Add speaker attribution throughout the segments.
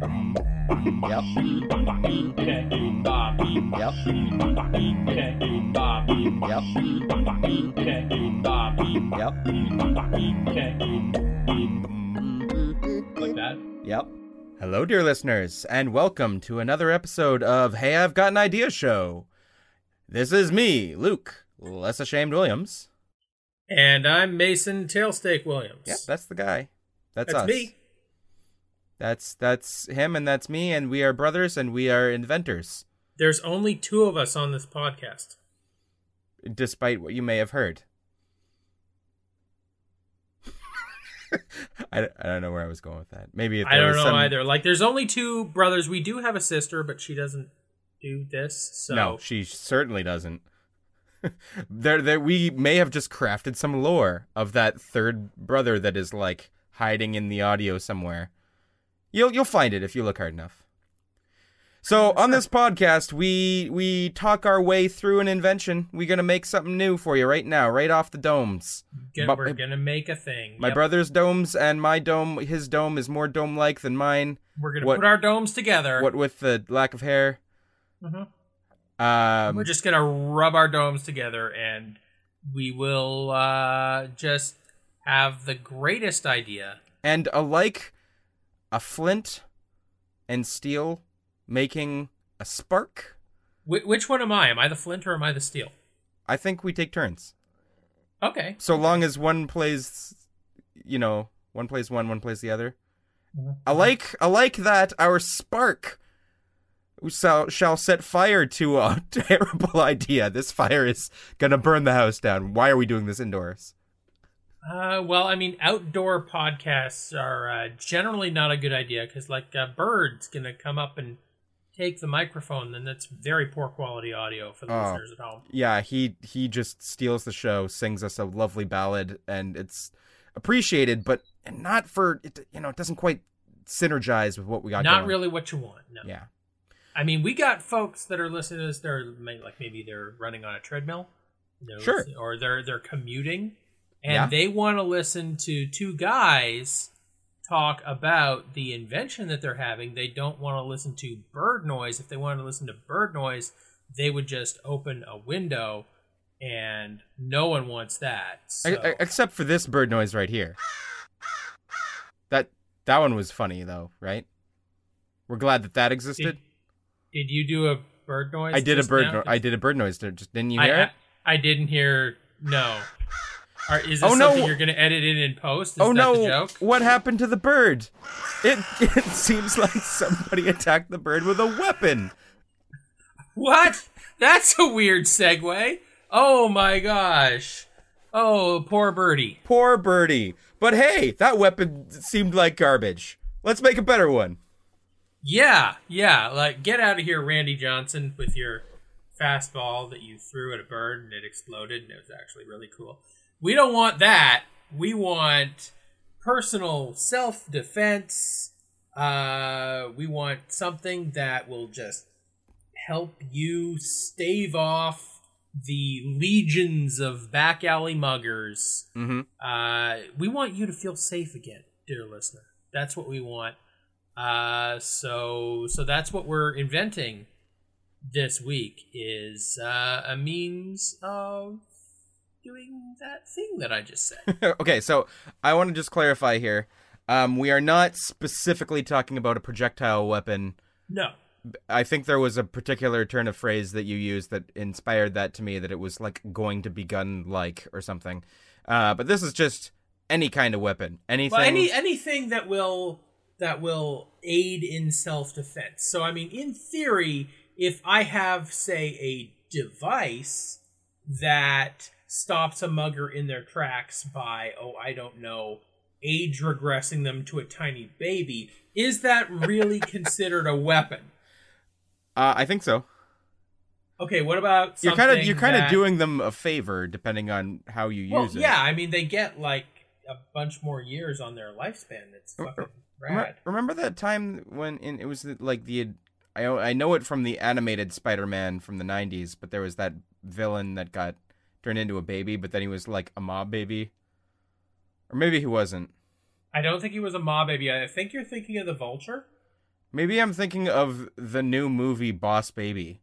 Speaker 1: Yep. Yep. Yep. Yep.
Speaker 2: Like that.
Speaker 1: Yep. Hello, dear listeners, and welcome to another episode of Hey, I've Got an Idea Show. This is me, Luke, less ashamed Williams.
Speaker 3: And I'm Mason Tailsteak Williams.
Speaker 1: Yep, that's the guy. That's,
Speaker 3: That's
Speaker 1: us.
Speaker 3: me.
Speaker 1: That's that's him, and that's me, and we are brothers, and we are inventors,
Speaker 3: There's only two of us on this podcast.
Speaker 1: despite what you may have heard. I, I don't know where I was going with that. Maybe if
Speaker 3: I
Speaker 1: there
Speaker 3: don't
Speaker 1: was
Speaker 3: know
Speaker 1: some-
Speaker 3: either. Like, there's only two brothers. We do have a sister, but she doesn't do this. So
Speaker 1: No, she certainly doesn't. there, there, we may have just crafted some lore of that third brother that is like hiding in the audio somewhere. You'll you'll find it if you look hard enough. So on this podcast, we we talk our way through an invention. We're gonna make something new for you right now, right off the domes.
Speaker 3: Gonna-
Speaker 1: but-
Speaker 3: we're gonna make a thing.
Speaker 1: My
Speaker 3: Yep.
Speaker 1: brother's domes and my dome, his dome is more dome-like than mine.
Speaker 3: We're gonna
Speaker 1: what-
Speaker 3: put our domes together.
Speaker 1: What with the lack of hair.
Speaker 3: Mhm.
Speaker 1: Um,
Speaker 3: we're just gonna rub our domes together, and we will uh, just have the greatest idea.
Speaker 1: and alike a flint and steel making a spark
Speaker 3: Wh- which one am I? Am I the flint or am I the steel?
Speaker 1: i think we take turns
Speaker 3: Okay.
Speaker 1: so long as one plays you know one plays one one plays the other
Speaker 3: Mhm.
Speaker 1: alike alike that our spark shall, shall set fire to a terrible idea this fire is gonna burn the house down why are we doing this indoors
Speaker 3: Uh, well, I mean, outdoor podcasts are uh, generally not a good idea because, like, a bird's going to come up and take the microphone, then that's very poor quality audio for the
Speaker 1: Oh.
Speaker 3: listeners at home.
Speaker 1: yeah he he just steals the show sings us a lovely ballad and it's appreciated but and not for it you know it doesn't quite synergize with what we got
Speaker 3: not
Speaker 1: going.
Speaker 3: really what you want. No.
Speaker 1: yeah
Speaker 3: I mean, we got folks that are listening to this. They're may- like maybe they're running on a treadmill, they're
Speaker 1: Sure.
Speaker 3: listening- or they're they're commuting, and
Speaker 1: Yeah.
Speaker 3: they want to listen to two guys talk about the invention that they're having. They don't want to listen to bird noise. If they wanted to listen to bird noise, they would just open a window, and no one wants that. So.
Speaker 1: E- e- except for this bird noise right here that that one was funny though right we're glad that that existed
Speaker 3: did, did you do a bird noise?
Speaker 1: i did a
Speaker 3: just
Speaker 1: bird
Speaker 3: now?
Speaker 1: no- i did a bird noise there just didn't you
Speaker 3: I,
Speaker 1: hear it
Speaker 3: I, I didn't hear no. Or is this
Speaker 1: Oh, no.
Speaker 3: something you're going to edit in in post? Is
Speaker 1: oh
Speaker 3: that
Speaker 1: no
Speaker 3: the joke?
Speaker 1: what happened to the bird it it seems like somebody attacked the bird with a weapon
Speaker 3: What? That's a weird segue. Oh my gosh. Oh, poor birdie.
Speaker 1: Poor birdie. But hey, that weapon seemed like garbage. Let's make a better one.
Speaker 3: Yeah, yeah. Like, get out of here, Randy Johnson, with your fastball that you threw at a bird and it exploded, and it was actually really cool. We don't want that. We want personal self defense. Uh, we want something that will just help you stave off the legions of back alley muggers.
Speaker 1: Mm-hmm.
Speaker 3: Uh, we want you to feel safe again, dear listener. That's what we want. Uh, so so that's what we're inventing this week is uh, a means of doing that thing that I just said.
Speaker 1: okay, so I want to just clarify here. Um, we are not specifically talking about a projectile weapon.
Speaker 3: no.
Speaker 1: I think there was a particular turn of phrase that you used that inspired that to me, that it was like going to be gun like or something. Uh, but this is just any kind of weapon. Anything.
Speaker 3: Well, any anything that will that will aid in self defense. So I mean, in theory, if I have say a device that stops a mugger in their tracks by oh I don't know age regressing them to a tiny baby, is that really considered a weapon? e-
Speaker 1: uh, I think so.
Speaker 3: Okay, what about
Speaker 1: You're kind of
Speaker 3: something
Speaker 1: you're kind of
Speaker 3: that-
Speaker 1: doing them a favor depending on how you
Speaker 3: well,
Speaker 1: use it.
Speaker 3: yeah. I mean, they get like a bunch more years on their lifespan. It's fucking
Speaker 1: Remem-
Speaker 3: rad.
Speaker 1: Remember that time when in, it was the- like the I I know it from the animated Spider-Man from the 90s, but there was that villain that got turned into a baby, but then he was like a mob baby Or maybe he wasn't.
Speaker 3: I don't think he was a mob baby. I think you're thinking of the vulture.
Speaker 1: Maybe I'm thinking of the new movie Boss Baby.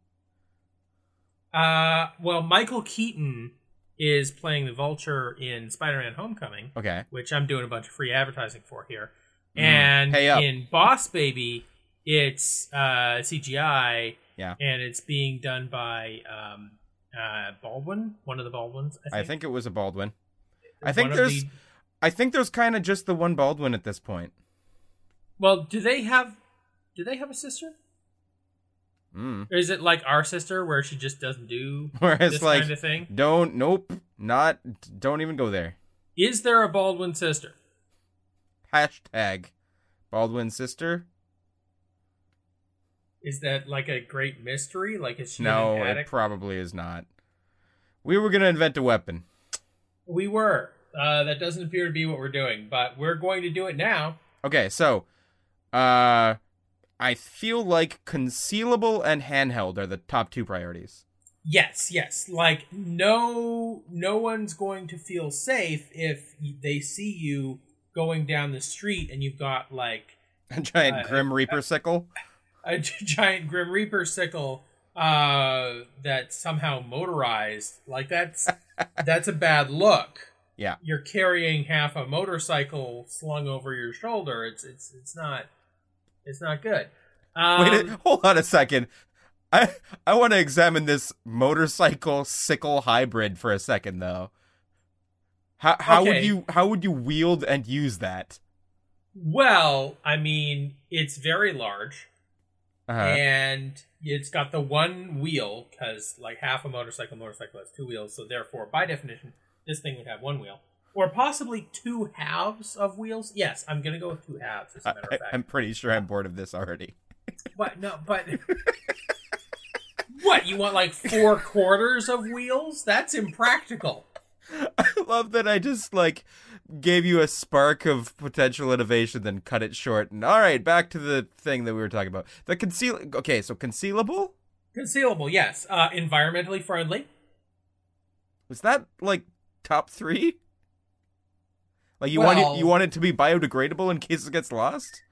Speaker 3: Uh, well, Michael Keaton is playing the vulture in Spider-Man: Homecoming,
Speaker 1: Okay.
Speaker 3: which I'm doing a bunch of free advertising for here.
Speaker 1: Mm.
Speaker 3: And
Speaker 1: Hey, up.
Speaker 3: in Boss Baby, it's uh, CGI.
Speaker 1: Yeah.
Speaker 3: And it's being done by um, uh, Baldwin, one of the Baldwins. I
Speaker 1: I
Speaker 3: think.
Speaker 1: think it was a Baldwin. I think
Speaker 3: One of
Speaker 1: there's
Speaker 3: the-
Speaker 1: I think there's kind of just the one Baldwin at this point.
Speaker 3: well, do they have? Do they have a sister?
Speaker 1: Mm.
Speaker 3: Or is it like our sister, where she just doesn't do
Speaker 1: Where it's
Speaker 3: this
Speaker 1: like
Speaker 3: kind of thing?
Speaker 1: don't nope, not don't even go there.
Speaker 3: Is there a Baldwin sister?
Speaker 1: Hashtag Baldwin sister.
Speaker 3: Is that like a great mystery? Like is she
Speaker 1: No,
Speaker 3: an
Speaker 1: it
Speaker 3: addict?
Speaker 1: probably is not. We were gonna invent a weapon.
Speaker 3: we were. Uh, that doesn't appear to be what we're doing, but we're going to do it now.
Speaker 1: Okay, so uh I feel like concealable and handheld are the top two priorities.
Speaker 3: Yes, yes. Like no, no one's going to feel safe if they see you going down the street and you've got like
Speaker 1: A giant
Speaker 3: Uh,
Speaker 1: Grim Reaper sickle.
Speaker 3: a gi- giant Grim Reaper sickle uh, that's somehow motorized. Like that's that's a bad look.
Speaker 1: Yeah.
Speaker 3: you're carrying half a motorcycle slung over your shoulder. It's it's it's not it's not good. Um,
Speaker 1: Wait, a- hold on a second. I I want to examine this motorcycle sickle hybrid for a second though. How how would
Speaker 3: Okay.
Speaker 1: you how would you wield and use that?
Speaker 3: well, I mean, it's very large.
Speaker 1: Uh-huh.
Speaker 3: and it's got the one wheel because like half a motorcycle motorcycle has two wheels so therefore by definition this thing would have one wheel or possibly two halves of wheels yes i'm gonna go with two halves as a
Speaker 1: I,
Speaker 3: matter of fact
Speaker 1: am pretty sure I'm bored of this already.
Speaker 3: but no but what you want like four quarters of wheels that's impractical
Speaker 1: I love that I just like gave you a spark of potential innovation, then cut it short. And all right, back to the thing that we were talking about. The conceal. Okay, so concealable
Speaker 3: concealable yes uh environmentally friendly
Speaker 1: was that like top three? Like you
Speaker 3: Well-
Speaker 1: wanted you wanted to be biodegradable in case it gets lost.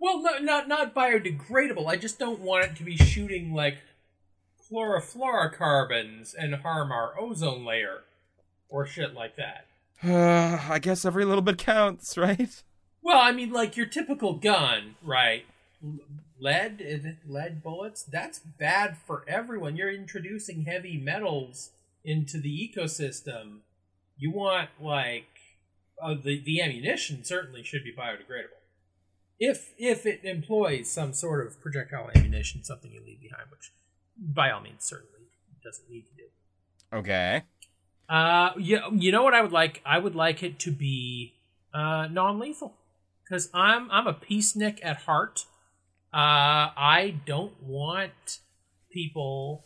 Speaker 3: Well, no, not not biodegradable. I just don't want it to be shooting like chlorofluorocarbons and harm our ozone layer or shit like that.
Speaker 1: Uh, I guess every little bit counts, right?
Speaker 3: Well, I mean, like your typical gun, right? L- Lead, is it lead bullets. That's bad for everyone. You're introducing heavy metals into the ecosystem. You want like uh, the the ammunition certainly should be biodegradable. If if it employs some sort of projectile ammunition, something you leave behind, which by all means certainly doesn't need to do.
Speaker 1: Okay.
Speaker 3: Uh, you, you know what I would like? I would like it to be uh, non-lethal because I'm I'm a peace nick at heart. Uh, I don't want people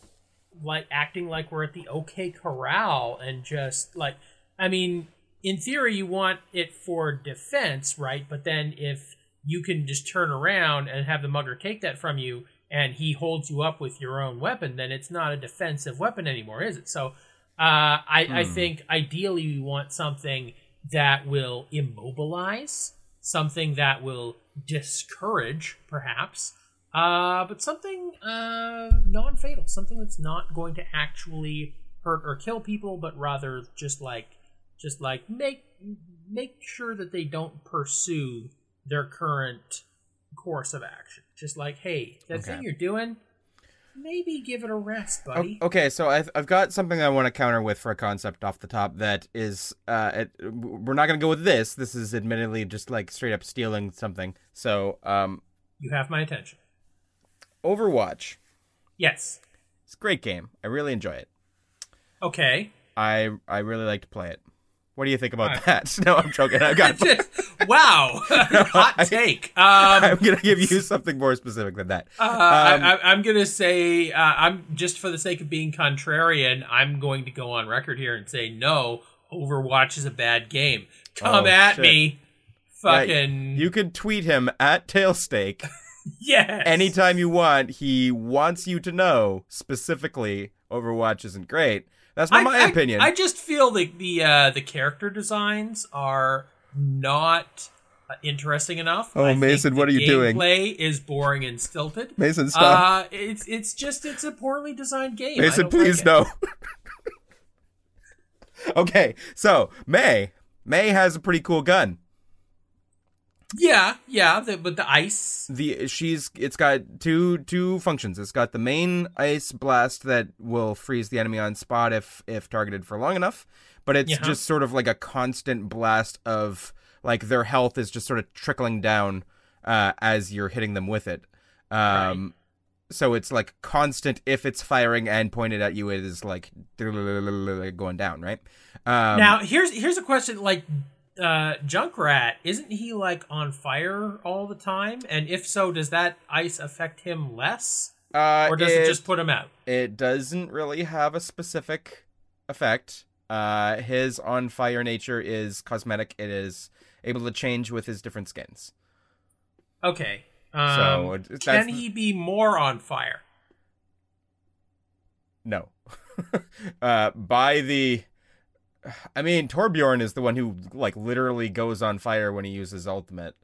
Speaker 3: like acting like we're at the OK Corral and just like I mean, in theory, you want it for defense, right? But then if you can just turn around and have the mugger take that from you and he holds you up with your own weapon, then it's not a defensive weapon anymore, is it? So uh, I, I
Speaker 1: Hmm.
Speaker 3: think ideally we want something that will immobilize, something that will discourage, perhaps, uh, but something uh, non fatal, something that's not going to actually hurt or kill people, but rather just like just like make make sure that they don't pursue their current course of action. Just like, hey, that
Speaker 1: Okay. Oh.
Speaker 3: thing you're doing, maybe give it a rest, buddy.
Speaker 1: okay, so I've, I've got something I want to counter with for a concept off the top that is, uh, it, we're not going to go with this. This is admittedly just like straight up stealing something. So, um,
Speaker 3: You have my attention.
Speaker 1: Overwatch.
Speaker 3: Yes.
Speaker 1: It's a great game. I really enjoy it.
Speaker 3: Okay.
Speaker 1: I I really like to play it. What do you think about
Speaker 3: Alright.
Speaker 1: that? No, I'm joking. I've got.
Speaker 3: Um, wow. Hot take. Um,
Speaker 1: I'm gonna give you something more specific than that.
Speaker 3: uh,
Speaker 1: Um,
Speaker 3: I, I, I'm going to say, uh, I'm just for the sake of being contrarian, I'm going to go on record here and say no. Overwatch is a bad game. Come
Speaker 1: Oh,
Speaker 3: at
Speaker 1: shit.
Speaker 3: me,
Speaker 1: Yeah,
Speaker 3: fucking
Speaker 1: You can tweet him at Tailstake
Speaker 3: yes.
Speaker 1: anytime you want. He wants you to know specifically Overwatch isn't great, That's not my
Speaker 3: I,
Speaker 1: opinion.
Speaker 3: I, I just feel like the uh, the character designs are not uh, interesting enough.
Speaker 1: Oh,
Speaker 3: I think
Speaker 1: Mason, what
Speaker 3: the
Speaker 1: are you doing?
Speaker 3: Gameplay is boring and stilted.
Speaker 1: Mason, stop.
Speaker 3: Uh, it's it's just it's a poorly designed game. I
Speaker 1: Mason,
Speaker 3: don't like
Speaker 1: please
Speaker 3: it.
Speaker 1: no. okay, so May. May has a pretty cool gun.
Speaker 3: Yeah, yeah, the, but the ice.
Speaker 1: The she's it's got two two functions. It's got the main ice blast that will freeze the enemy on spot if if targeted for long enough, but it's
Speaker 3: Yeah.
Speaker 1: just sort of like a constant blast of like their health is just sort of trickling down uh, as you're hitting them with it. Um, so it's like constant if it's firing and pointed at you, it is like going down, right? Um,
Speaker 3: now here's here's a question like uh Junkrat isn't he like on fire all the time and if so does that ice affect him less
Speaker 1: uh,
Speaker 3: or does it just put him out?
Speaker 1: It doesn't really have a specific effect. Uh, his on fire nature is cosmetic. It is able to change with his different skins.
Speaker 3: Okay.
Speaker 1: So,
Speaker 3: Um,
Speaker 1: it- that's
Speaker 3: can
Speaker 1: the-
Speaker 3: he be more on fire?
Speaker 1: No. uh, by the, I mean Torbjorn is the one who like literally goes on fire when he uses ultimate.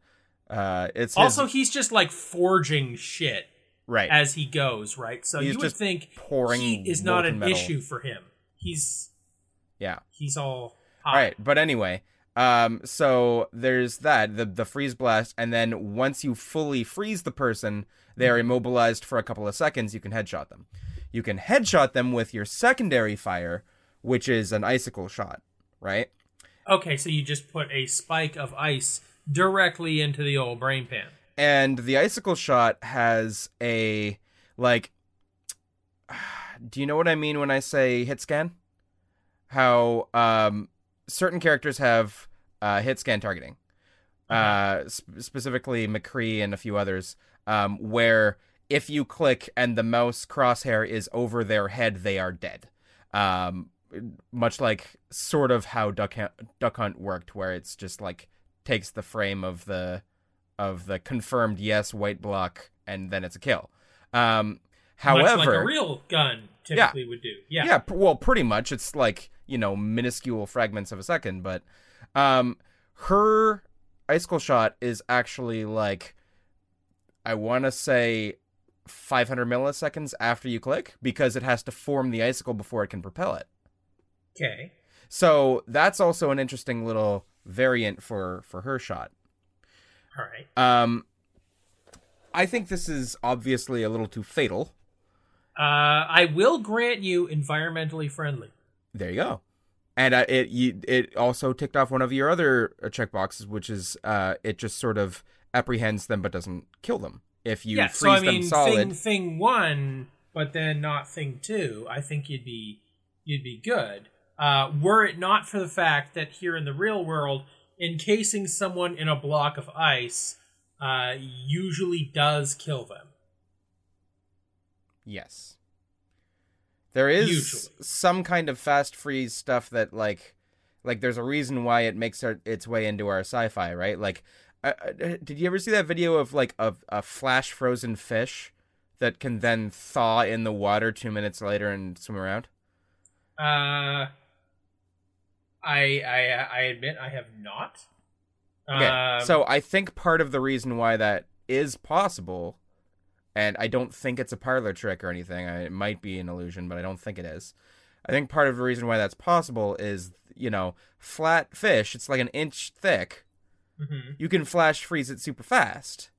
Speaker 1: Uh, it's his-
Speaker 3: Also, he's just like forging shit
Speaker 1: right.
Speaker 3: as he goes, right? So
Speaker 1: He's
Speaker 3: you would
Speaker 1: just
Speaker 3: think
Speaker 1: pouring
Speaker 3: heat is not
Speaker 1: molten
Speaker 3: an
Speaker 1: metal.
Speaker 3: issue for him. He's
Speaker 1: Yeah.
Speaker 3: he's all
Speaker 1: All
Speaker 3: hot.
Speaker 1: right, but anyway, um, so there's that the the freeze blast, and then once you fully freeze the person, they are immobilized for a couple of seconds. You can headshot them. You can headshot them with your secondary fire, which is an icicle shot, right?
Speaker 3: Okay, so you just put a spike of ice directly into the old brain pan.
Speaker 1: And the icicle shot has a like. Do you know what I mean when I say hit scan? How um, certain characters have uh, hit scan targeting. uh, sp- specifically McCree and a few others, um, where if you click and the mouse crosshair is over their head, they are dead. Um, much like sort of how Duck Hunt, Duck Hunt worked, where it's just like takes the frame of the of the confirmed yes white block, and then it's a kill. Um, however,
Speaker 3: Much like a real gun typically would do. Yeah.
Speaker 1: yeah. p- well, pretty much. It's like, you know, minuscule fragments of a second, but um her icicle shot is actually like I want to say 500 milliseconds after you click because it has to form the icicle before it can propel it.
Speaker 3: Okay.
Speaker 1: So, that's also an interesting little variant for for her shot.
Speaker 3: All right.
Speaker 1: Um I think this is obviously a little too fatal.
Speaker 3: Uh, I will grant you environmentally friendly.
Speaker 1: There you go. And uh, it you, it also ticked off one of your other uh, checkboxes, which is uh, it just sort of apprehends them but doesn't kill them. If you
Speaker 3: yeah.
Speaker 1: freeze
Speaker 3: So I
Speaker 1: them
Speaker 3: mean,
Speaker 1: solid,
Speaker 3: thing thing one, but then not thing two. I think you'd be you'd be good. Uh, were it not for the fact that here in the real world, encasing someone in a block of ice uh, usually does kill them.
Speaker 1: yes, there is
Speaker 3: Usually.
Speaker 1: some kind of fast freeze stuff that like like there's a reason why it makes our, its way into our sci-fi, right? Like, uh, uh, did you ever see that video of like a, a flash frozen fish that can then thaw in the water two minutes later and swim around?
Speaker 3: Uh, I I I admit I have not.
Speaker 1: Okay.
Speaker 3: Um,
Speaker 1: so I think part of the reason why that is possible, and I don't think it's a parlor trick or anything. I, it might be an illusion, but I don't think it is. I think part of the reason why that's possible is, you know, flat fish. It's like an inch thick.
Speaker 3: mhm.
Speaker 1: You can flash freeze it super fast,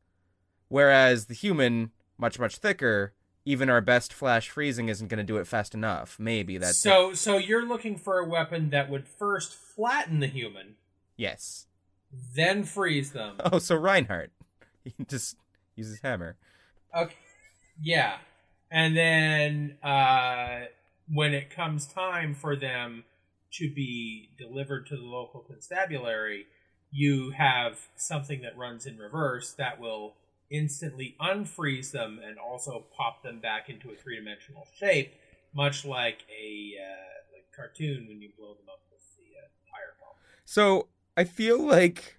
Speaker 1: whereas the human, much much thicker. Even our best flash freezing isn't going to do it fast enough. Maybe that's it.
Speaker 3: so so you're looking for a weapon that would first flatten the human,
Speaker 1: yes.
Speaker 3: then freeze them.
Speaker 1: Oh, so Reinhardt, he just uses hammer.
Speaker 3: Okay. Yeah. And then uh, when it comes time for them to be delivered to the local constabulary, you have something that runs in reverse that will instantly unfreeze them and also pop them back into a three dimensional shape, much like a uh, like cartoon when you blow them up with the uh, fireball.
Speaker 1: So I feel like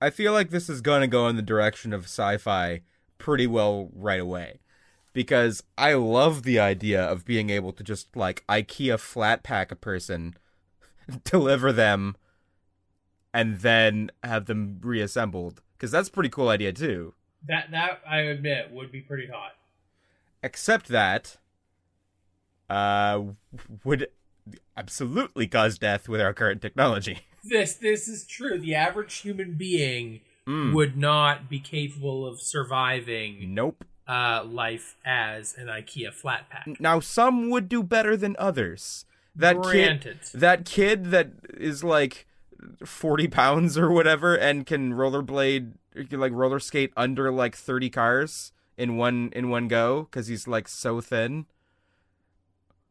Speaker 1: I feel like this is gonna go in the direction of sci-fi pretty well right away. because I love the idea of being able to just like IKEA flat pack a person, deliver them, and then have them reassembled. Because that's a pretty cool idea too.
Speaker 3: That that I admit would be pretty hot.
Speaker 1: Except that, uh, would absolutely cause death with our current technology.
Speaker 3: This this is true. The average human being
Speaker 1: Mm.
Speaker 3: would not be capable of surviving
Speaker 1: Nope.
Speaker 3: uh, life as an IKEA flat pack.
Speaker 1: Now some would do better than others. That kid,
Speaker 3: Granted.
Speaker 1: that kid that is like forty pounds or whatever, and can rollerblade, or can, like roller skate under like thirty cars in one in one go because he's like so thin.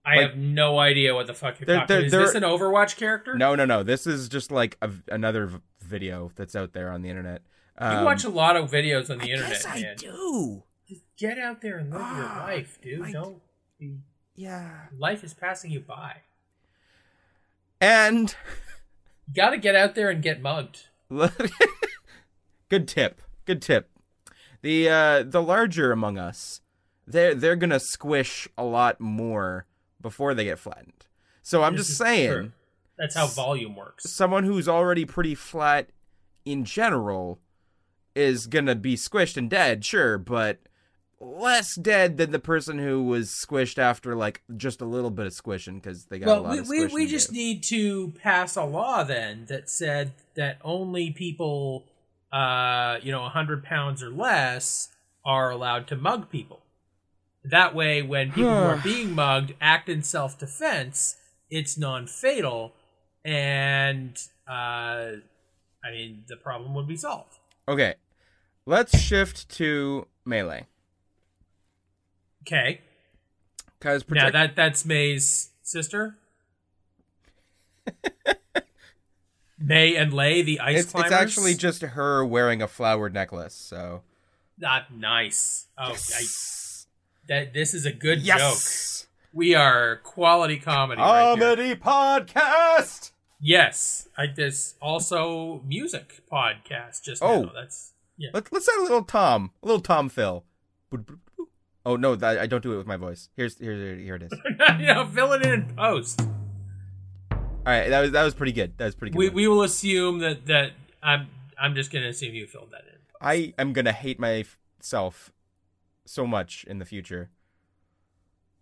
Speaker 3: I
Speaker 1: like-
Speaker 3: have no idea what the fuck you're
Speaker 1: They're-
Speaker 3: talking.
Speaker 1: they're-
Speaker 3: is this
Speaker 1: they're-
Speaker 3: an Overwatch character?
Speaker 1: No, no, no. This is just like a, another v- video that's out there on the internet.
Speaker 3: You
Speaker 1: Um,
Speaker 3: watch a lot of videos on the
Speaker 1: I
Speaker 3: internet,
Speaker 1: guess I
Speaker 3: man.
Speaker 1: do.
Speaker 3: Just get out there and live your
Speaker 1: Ah,
Speaker 3: life, dude.
Speaker 1: I-
Speaker 3: Don't. be-
Speaker 1: Yeah.
Speaker 3: Life is passing you by.
Speaker 1: And
Speaker 3: You gotta get out there and get mugged.
Speaker 1: good tip. Good tip. The uh, the larger among us, they're they're gonna squish a lot more before they get flattened. So I'm
Speaker 3: This
Speaker 1: just
Speaker 3: is
Speaker 1: saying,
Speaker 3: true. That's how volume works.
Speaker 1: someone who's already pretty flat in general is gonna be squished and dead, sure, but less dead than the person who was squished after like just a little bit of squishing because they got a
Speaker 3: Well,
Speaker 1: lot
Speaker 3: we,
Speaker 1: of
Speaker 3: we,
Speaker 1: squishing
Speaker 3: we
Speaker 1: to
Speaker 3: just
Speaker 1: do.
Speaker 3: need to pass a law then that said that only people, uh, you know, 100 pounds or less are allowed to mug people. That way, when people who are being mugged act in self defense, it's non fatal. And, uh, I mean, the problem would be solved.
Speaker 1: okay. Let's shift to melee.
Speaker 3: Okay.
Speaker 1: Cause
Speaker 3: Now,
Speaker 1: protect-
Speaker 3: that, that's May's sister. May and Lay, the ice
Speaker 1: it's,
Speaker 3: climbers.
Speaker 1: it's actually just her wearing a flowered necklace. So
Speaker 3: Not nice. Oh,
Speaker 1: yes,
Speaker 3: I, that this is a good joke.
Speaker 1: yes,
Speaker 3: We are quality comedy. right
Speaker 1: comedy
Speaker 3: here.
Speaker 1: podcast.
Speaker 3: yes, I, this also music podcast. Just
Speaker 1: Oh.
Speaker 3: now. that's yeah.
Speaker 1: Let's let's add a little Tom, a little Tom Phil. Oh no, that, I don't do it with my voice. Here's here here it is. All
Speaker 3: you know, fill it in in post.
Speaker 1: right, that was that was pretty good. That was pretty good.
Speaker 3: We
Speaker 1: one.
Speaker 3: we will assume that that I'm I'm just gonna assume you filled that in.
Speaker 1: I am gonna hate myself so much in the future.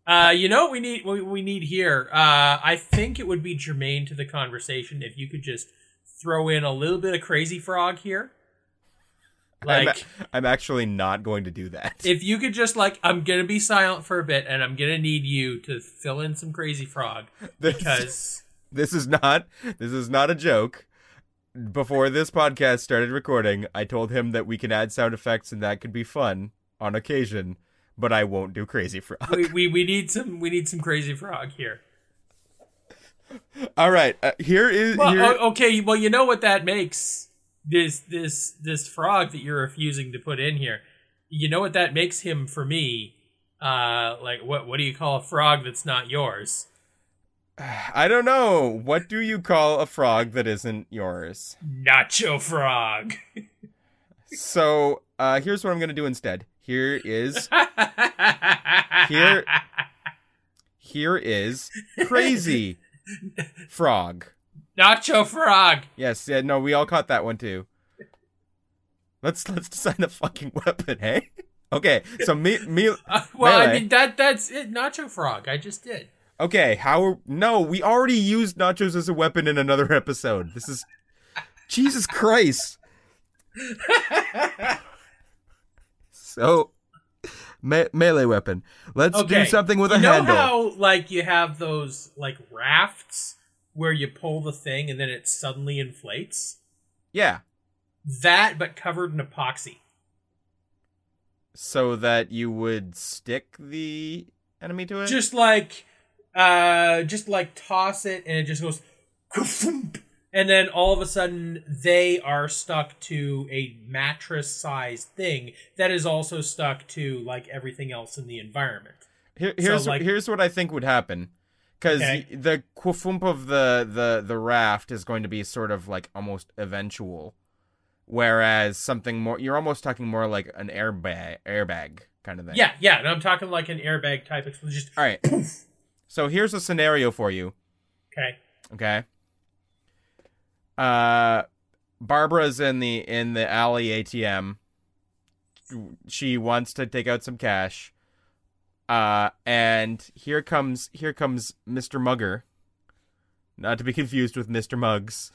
Speaker 3: Uh, you know what we need what we need here. Uh, I think it would be germane to the conversation if you could just throw in a little bit of crazy frog here.
Speaker 1: I'm a-
Speaker 3: Like
Speaker 1: I'm actually not going to do that.
Speaker 3: if you could just like I'm gonna be silent for a bit and I'm gonna need you to fill in some crazy frog
Speaker 1: This-
Speaker 3: because
Speaker 1: this is not this is not a joke before this podcast started recording i told him that we can add sound effects and that could be fun on occasion but i won't do crazy frog
Speaker 3: we, we, we need some we need some crazy frog here.
Speaker 1: all right uh, here is
Speaker 3: Well,
Speaker 1: here,
Speaker 3: o- okay, well you know what that makes this this this frog that you're refusing to put in here. You know what that makes him for me? Uh, like what what do you call a frog that's not yours? uh,
Speaker 1: i don't know what do you call a frog that isn't yours
Speaker 3: Nacho frog.
Speaker 1: so uh here's what i'm gonna do instead here is Here- here is crazy frog
Speaker 3: Nacho frog.
Speaker 1: yes yeah, no we all caught that one too let's let's design a fucking weapon hey okay so me me
Speaker 3: Uh, well, I
Speaker 1: Melee.
Speaker 3: mean that that's it. Nacho frog. I just did.
Speaker 1: Okay, how are no, we already used nachos as a weapon in another episode. This is Jesus Christ. so me- melee weapon. Let's do
Speaker 3: Okay,
Speaker 1: something with
Speaker 3: you
Speaker 1: a
Speaker 3: know
Speaker 1: handle.
Speaker 3: how like you have those like rafts where you pull the thing and then it suddenly inflates.
Speaker 1: Yeah.
Speaker 3: That, but covered in epoxy.
Speaker 1: So that you would stick the enemy to it?
Speaker 3: Just like, uh, just like toss it, and it just goes, ka-thump, and then all of a sudden they are stuck to a mattress-sized thing that is also stuck to like everything else in the environment.
Speaker 1: Here, here's
Speaker 3: like-
Speaker 1: here's what I think would happen, because
Speaker 3: Okay.
Speaker 1: the quafump of the, the the raft is going to be sort of like almost eventual, whereas something more you're almost talking more like an airbag airbag kind of thing.
Speaker 3: Yeah, yeah. And I'm talking like an airbag type explosion. Just,
Speaker 1: All right. so here's a scenario for you.
Speaker 3: okay.
Speaker 1: Okay. Uh, Barbara's in the in the alley ATM. She wants to take out some cash. Uh, and here comes here comes Mr. Mugger. Not to be confused with Mr. Muggs.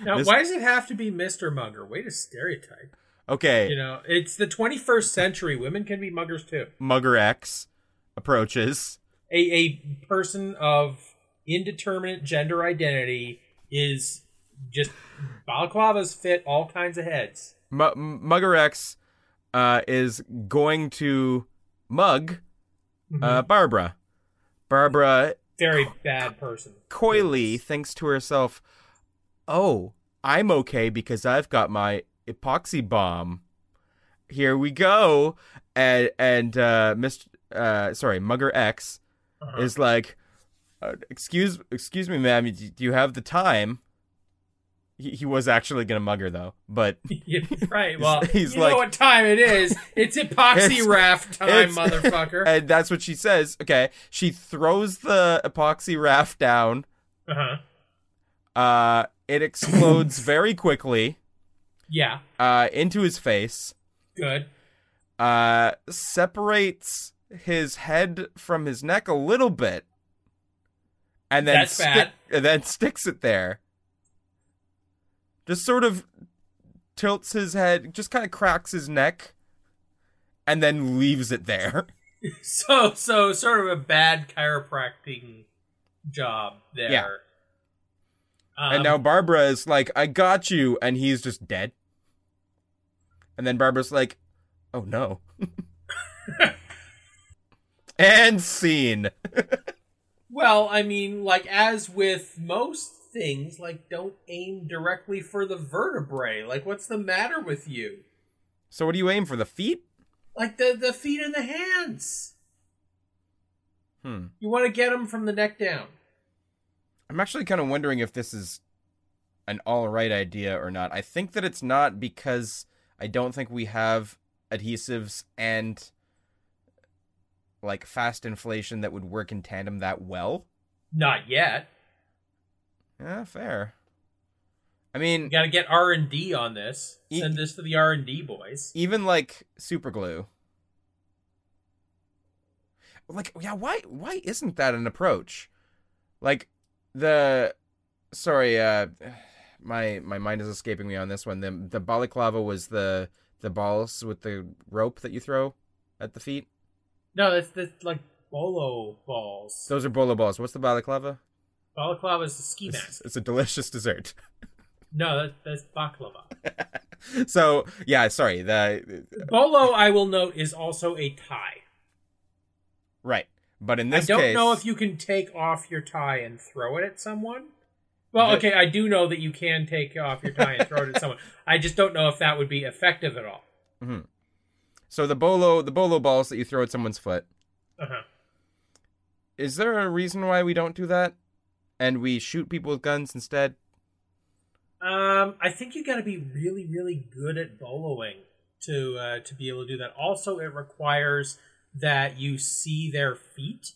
Speaker 3: Now,
Speaker 1: This-
Speaker 3: why does it have to be Mr. Mugger? Way to stereotype.
Speaker 1: Okay,
Speaker 3: You know, it's the 21st century. Women can be muggers too.
Speaker 1: Mugger X approaches.
Speaker 3: A, a person of indeterminate gender identity is just balaclavas fit all kinds of heads.
Speaker 1: M- M- Mugger X uh, is going to mug uh, Barbara. Barbara
Speaker 3: Very bad person.
Speaker 1: coyly thinks to herself, "Oh, I'm okay because I've got my epoxy bomb. Here we go." And and uh, Mr. Uh, sorry, Mugger X
Speaker 3: Uh-huh.
Speaker 1: is like, uh, "Excuse, excuse me, ma'am. Do do you have the time?" He, he was actually gonna mugger though, but
Speaker 3: Yeah, right. Well,
Speaker 1: he's
Speaker 3: you
Speaker 1: like-
Speaker 3: know what time it is. It's epoxy
Speaker 1: It's-
Speaker 3: raft time,
Speaker 1: it's-
Speaker 3: motherfucker.
Speaker 1: and that's what she says. Okay, she throws the epoxy raft down.
Speaker 3: Uh-huh.
Speaker 1: Uh, it explodes very quickly
Speaker 3: Yeah.
Speaker 1: uh, into his face.
Speaker 3: Good.
Speaker 1: uh, separates his head from his neck a little bit, and then
Speaker 3: That's bad.
Speaker 1: and then sticks it there. Just sort of tilts his head, just kind of cracks his neck, and then leaves it there.
Speaker 3: So, so sort of a bad chiropractic job there.
Speaker 1: Yeah.
Speaker 3: Um,
Speaker 1: and now Barbara is like, "I got you," and he's just dead. And then Barbara's like, "Oh no." and scene.
Speaker 3: well, I mean, like as with most things, like don't aim directly for the vertebrae. Like, what's the matter with you?
Speaker 1: So what do you aim for? The feet?
Speaker 3: Like the the feet and the hands.
Speaker 1: Hmm.
Speaker 3: You want to get them from the neck down.
Speaker 1: I'm actually kind of wondering if this is an all right idea or not. I think that it's not because I don't think we have adhesives and like fast inflation that would work in tandem that well.
Speaker 3: Not yet.
Speaker 1: Yeah, fair. I
Speaker 3: We
Speaker 1: mean,
Speaker 3: got to get R and D on this.
Speaker 1: E-
Speaker 3: Send this to the R and D boys.
Speaker 1: even like super glue. Like, yeah, why why isn't that an approach? Like the sorry, uh my my mind is escaping me on this one. The the balaclava was the the balls with the rope that you throw at the feet.
Speaker 3: No, that's that's like bolo balls.
Speaker 1: Those are bolo balls. What's the balaclava?
Speaker 3: Balaclava is a ski
Speaker 1: It's,
Speaker 3: mask.
Speaker 1: it's a delicious dessert.
Speaker 3: No, that, that's baklava.
Speaker 1: So yeah, sorry. The
Speaker 3: Bolo, I will note, is also a tie.
Speaker 1: right, but in
Speaker 3: I
Speaker 1: this
Speaker 3: don't
Speaker 1: case,
Speaker 3: know if you can take off your tie and throw it at someone. Well,
Speaker 1: The-
Speaker 3: okay, I do know that you can take off your tie and throw it at someone. I just don't know if that would be effective at all.
Speaker 1: so the bolo the bolo balls that you throw at someone's foot.
Speaker 3: Uh-huh.
Speaker 1: is there a reason why we don't do that and we shoot people with guns instead
Speaker 3: Um, I think you got to be really, really good at boloing to uh, to be able to do that. Also, it requires that you see their feet,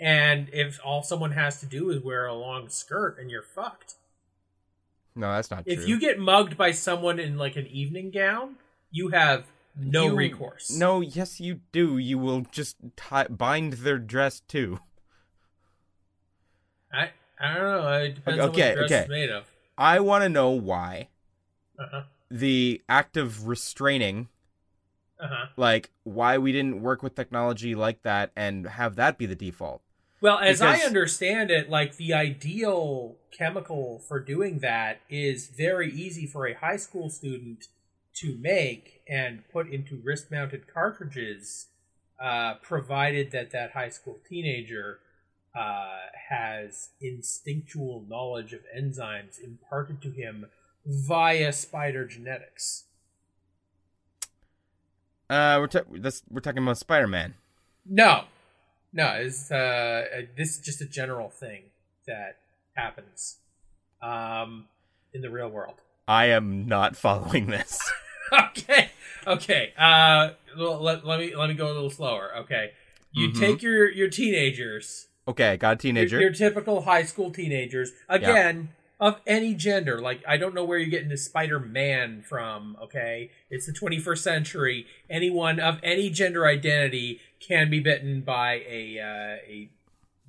Speaker 3: and if all someone has to do is wear a long skirt, and you're fucked.
Speaker 1: no that's not
Speaker 3: If
Speaker 1: true
Speaker 3: you get mugged by someone in like an evening gown, you have no
Speaker 1: You-
Speaker 3: recourse.
Speaker 1: no yes you do you will just tie, bind their dress too
Speaker 3: I, I don't know. It depends
Speaker 1: Okay,
Speaker 3: on what the dress
Speaker 1: okay.
Speaker 3: is made of.
Speaker 1: i want to know why
Speaker 3: Uh-huh.
Speaker 1: the act of restraining
Speaker 3: Uh-huh.
Speaker 1: like why we didn't work with technology like that and have that be the default
Speaker 3: Well, as I
Speaker 1: Because-
Speaker 3: understand it, like the ideal chemical for doing that is very easy for a high school student to make and put into wrist mounted cartridges, uh, provided that that high school teenager uh, has instinctual knowledge of enzymes imparted to him via spider genetics.
Speaker 1: uh we're, ta- that's, we're talking about spider-man
Speaker 3: No, no. It's, uh, this is just a general thing that happens um, in the real world.
Speaker 1: i am not following this
Speaker 3: okay, Okay. Uh, well, let, let me let me go a little slower. Okay. You
Speaker 1: Mhm.
Speaker 3: take your your teenagers,
Speaker 1: Okay, got a
Speaker 3: your-
Speaker 1: teenager.
Speaker 3: Your, typical high school teenagers, again of any gender. Like I don't know where you're getting the Spider Man from. Okay, it's the 21st century. Anyone of any gender identity can be bitten by a uh, a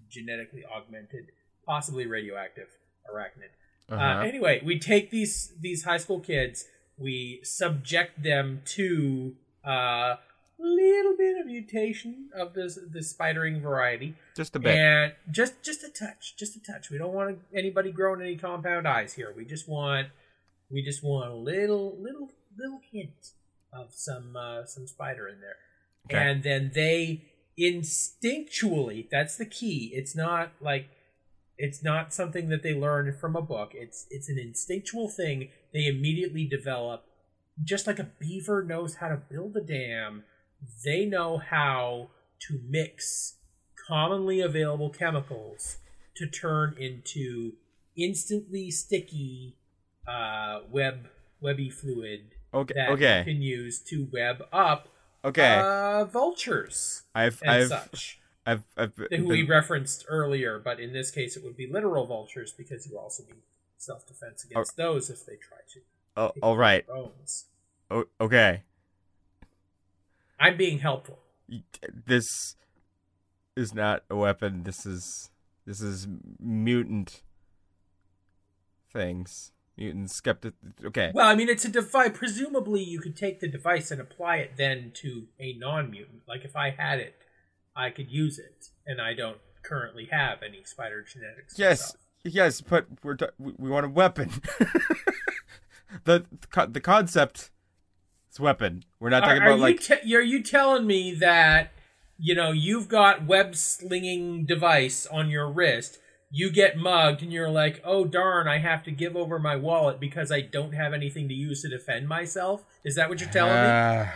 Speaker 3: genetically augmented, possibly radioactive arachnid. Uh,
Speaker 1: Uh-huh.
Speaker 3: anyway, we take these these high school kids, we subject them to a little bit of mutation of this the spidering variety,
Speaker 1: Just a bit.
Speaker 3: and just just a touch, just a touch. We don't want anybody growing any compound eyes here. We just want we just want a little little little hint of some uh, some spider in there,
Speaker 1: Okay.
Speaker 3: and then they instinctually. That's the key. It's not like it's not something that they learn from a book. It's it's an instinctual thing they immediately develop. Just like a beaver knows how to build a dam, they know how to mix commonly available chemicals to turn into instantly sticky uh, web webby fluid
Speaker 1: Okay.
Speaker 3: that
Speaker 1: okay.
Speaker 3: you can use to web up
Speaker 1: okay.
Speaker 3: uh, vultures
Speaker 1: I've,
Speaker 3: and
Speaker 1: I've, I've
Speaker 3: such
Speaker 1: I've
Speaker 3: who we
Speaker 1: been-
Speaker 3: referenced earlier, but in this case it would be literal vultures because you also need self defense against those if they try to
Speaker 1: oh, all right.
Speaker 3: bones.
Speaker 1: O- okay.
Speaker 3: I'm being helpful.
Speaker 1: This is not a weapon. This is this is mutant things. Mutant skeptic. Okay.
Speaker 3: Well, I mean it's a device. Presumably, you could take the device and apply it then to a non mutant. Like if I had it, I could use it, and I don't currently have any spider genetics. and
Speaker 1: Yes,
Speaker 3: stuff.
Speaker 1: yes, but we're t- we we want a weapon. the the co- the concept is weapon. We're not
Speaker 3: Are,
Speaker 1: talking
Speaker 3: are
Speaker 1: about
Speaker 3: you
Speaker 1: like
Speaker 3: te- are you telling me that you know you've got web slinging device on your wrist? You get mugged and you're like, oh darn, I have to give over my wallet because I don't have anything to use to defend myself. Is that what you're telling me?
Speaker 1: Ah,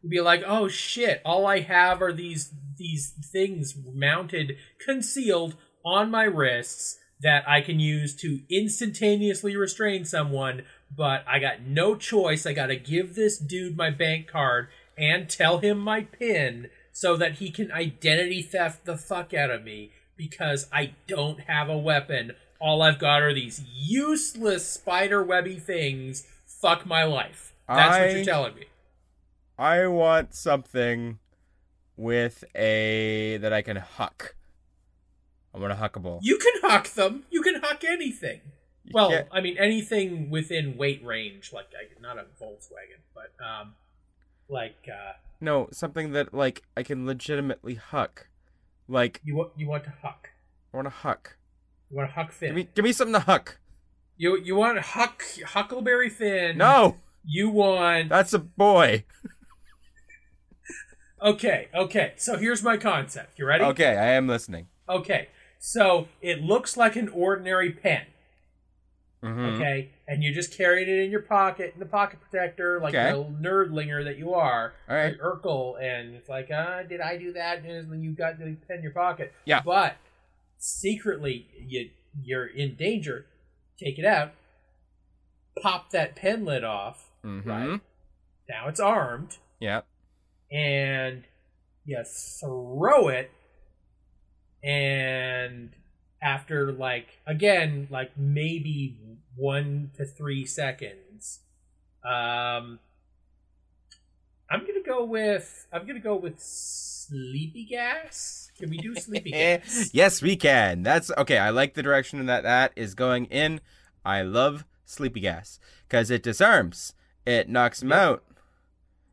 Speaker 3: You'd be like, oh shit, all I have are these these things mounted, concealed on my wrists that I can use to instantaneously restrain someone, but I got no choice. I gotta give this dude my bank card and tell him my pin so that he can identity theft the fuck out of me because I don't have a weapon. All I've got are these useless spider webby things. Fuck my life. That's what
Speaker 1: I-
Speaker 3: you're telling me.
Speaker 1: I want something with a that I can huck. I want a huckable.
Speaker 3: You can huck them. You can huck anything.
Speaker 1: You
Speaker 3: Well,
Speaker 1: can't-
Speaker 3: I mean anything within weight range, like I, not a Volkswagen, but um, like uh,
Speaker 1: no, something that like I can legitimately huck. Like
Speaker 3: you want you want to huck.
Speaker 1: I want to huck.
Speaker 3: You want to huck Finn.
Speaker 1: Give me give me something to huck.
Speaker 3: you you want huck Huckleberry Finn.
Speaker 1: No,
Speaker 3: You want
Speaker 1: that's a boy.
Speaker 3: okay okay. So here's my concept. You ready?
Speaker 1: Okay, I am listening.
Speaker 3: Okay. So it looks like an ordinary pen.
Speaker 1: Mhm.
Speaker 3: Okay, and you just carried it in your pocket in the pocket protector, like
Speaker 1: Okay.
Speaker 3: the nerdlinger that you are,
Speaker 1: All right.
Speaker 3: like Urkel, and it's like, uh, did I do that? And when you got the pen in your pocket,
Speaker 1: Yeah.
Speaker 3: But secretly, you you're in danger. Take it out, pop that pen lid off.
Speaker 1: Mhm.
Speaker 3: Right now, it's armed,
Speaker 1: Yeah.
Speaker 3: and you throw it, and after like again like maybe one to three seconds, um, I'm gonna go with I'm gonna go with sleepy gas. Can we do sleepy
Speaker 1: Eh,
Speaker 3: gas?
Speaker 1: yes, we can. That's okay. I like the direction that that is going in. I love sleepy gas because it disarms. It knocks him out.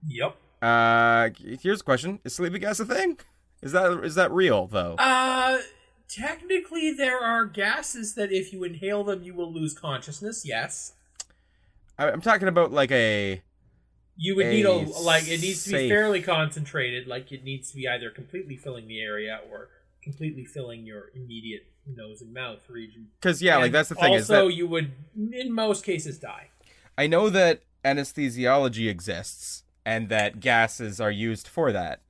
Speaker 3: Yep.
Speaker 1: Uh, here's a question: Is sleepy gas a thing? Is that is that real though?
Speaker 3: Uh, technically, there are gases that if you inhale them, you will lose consciousness. Yes.
Speaker 1: I, I'm talking about like a
Speaker 3: You would
Speaker 1: a
Speaker 3: need a like it needs to be
Speaker 1: safe-
Speaker 3: fairly concentrated. Like it needs to be either completely filling the area or completely filling your immediate nose and mouth region.
Speaker 1: because yeah, like
Speaker 3: And
Speaker 1: that's the thing
Speaker 3: Also,
Speaker 1: is that
Speaker 3: you would in most cases die.
Speaker 1: I know that anesthesiology exists and that gases are used for that.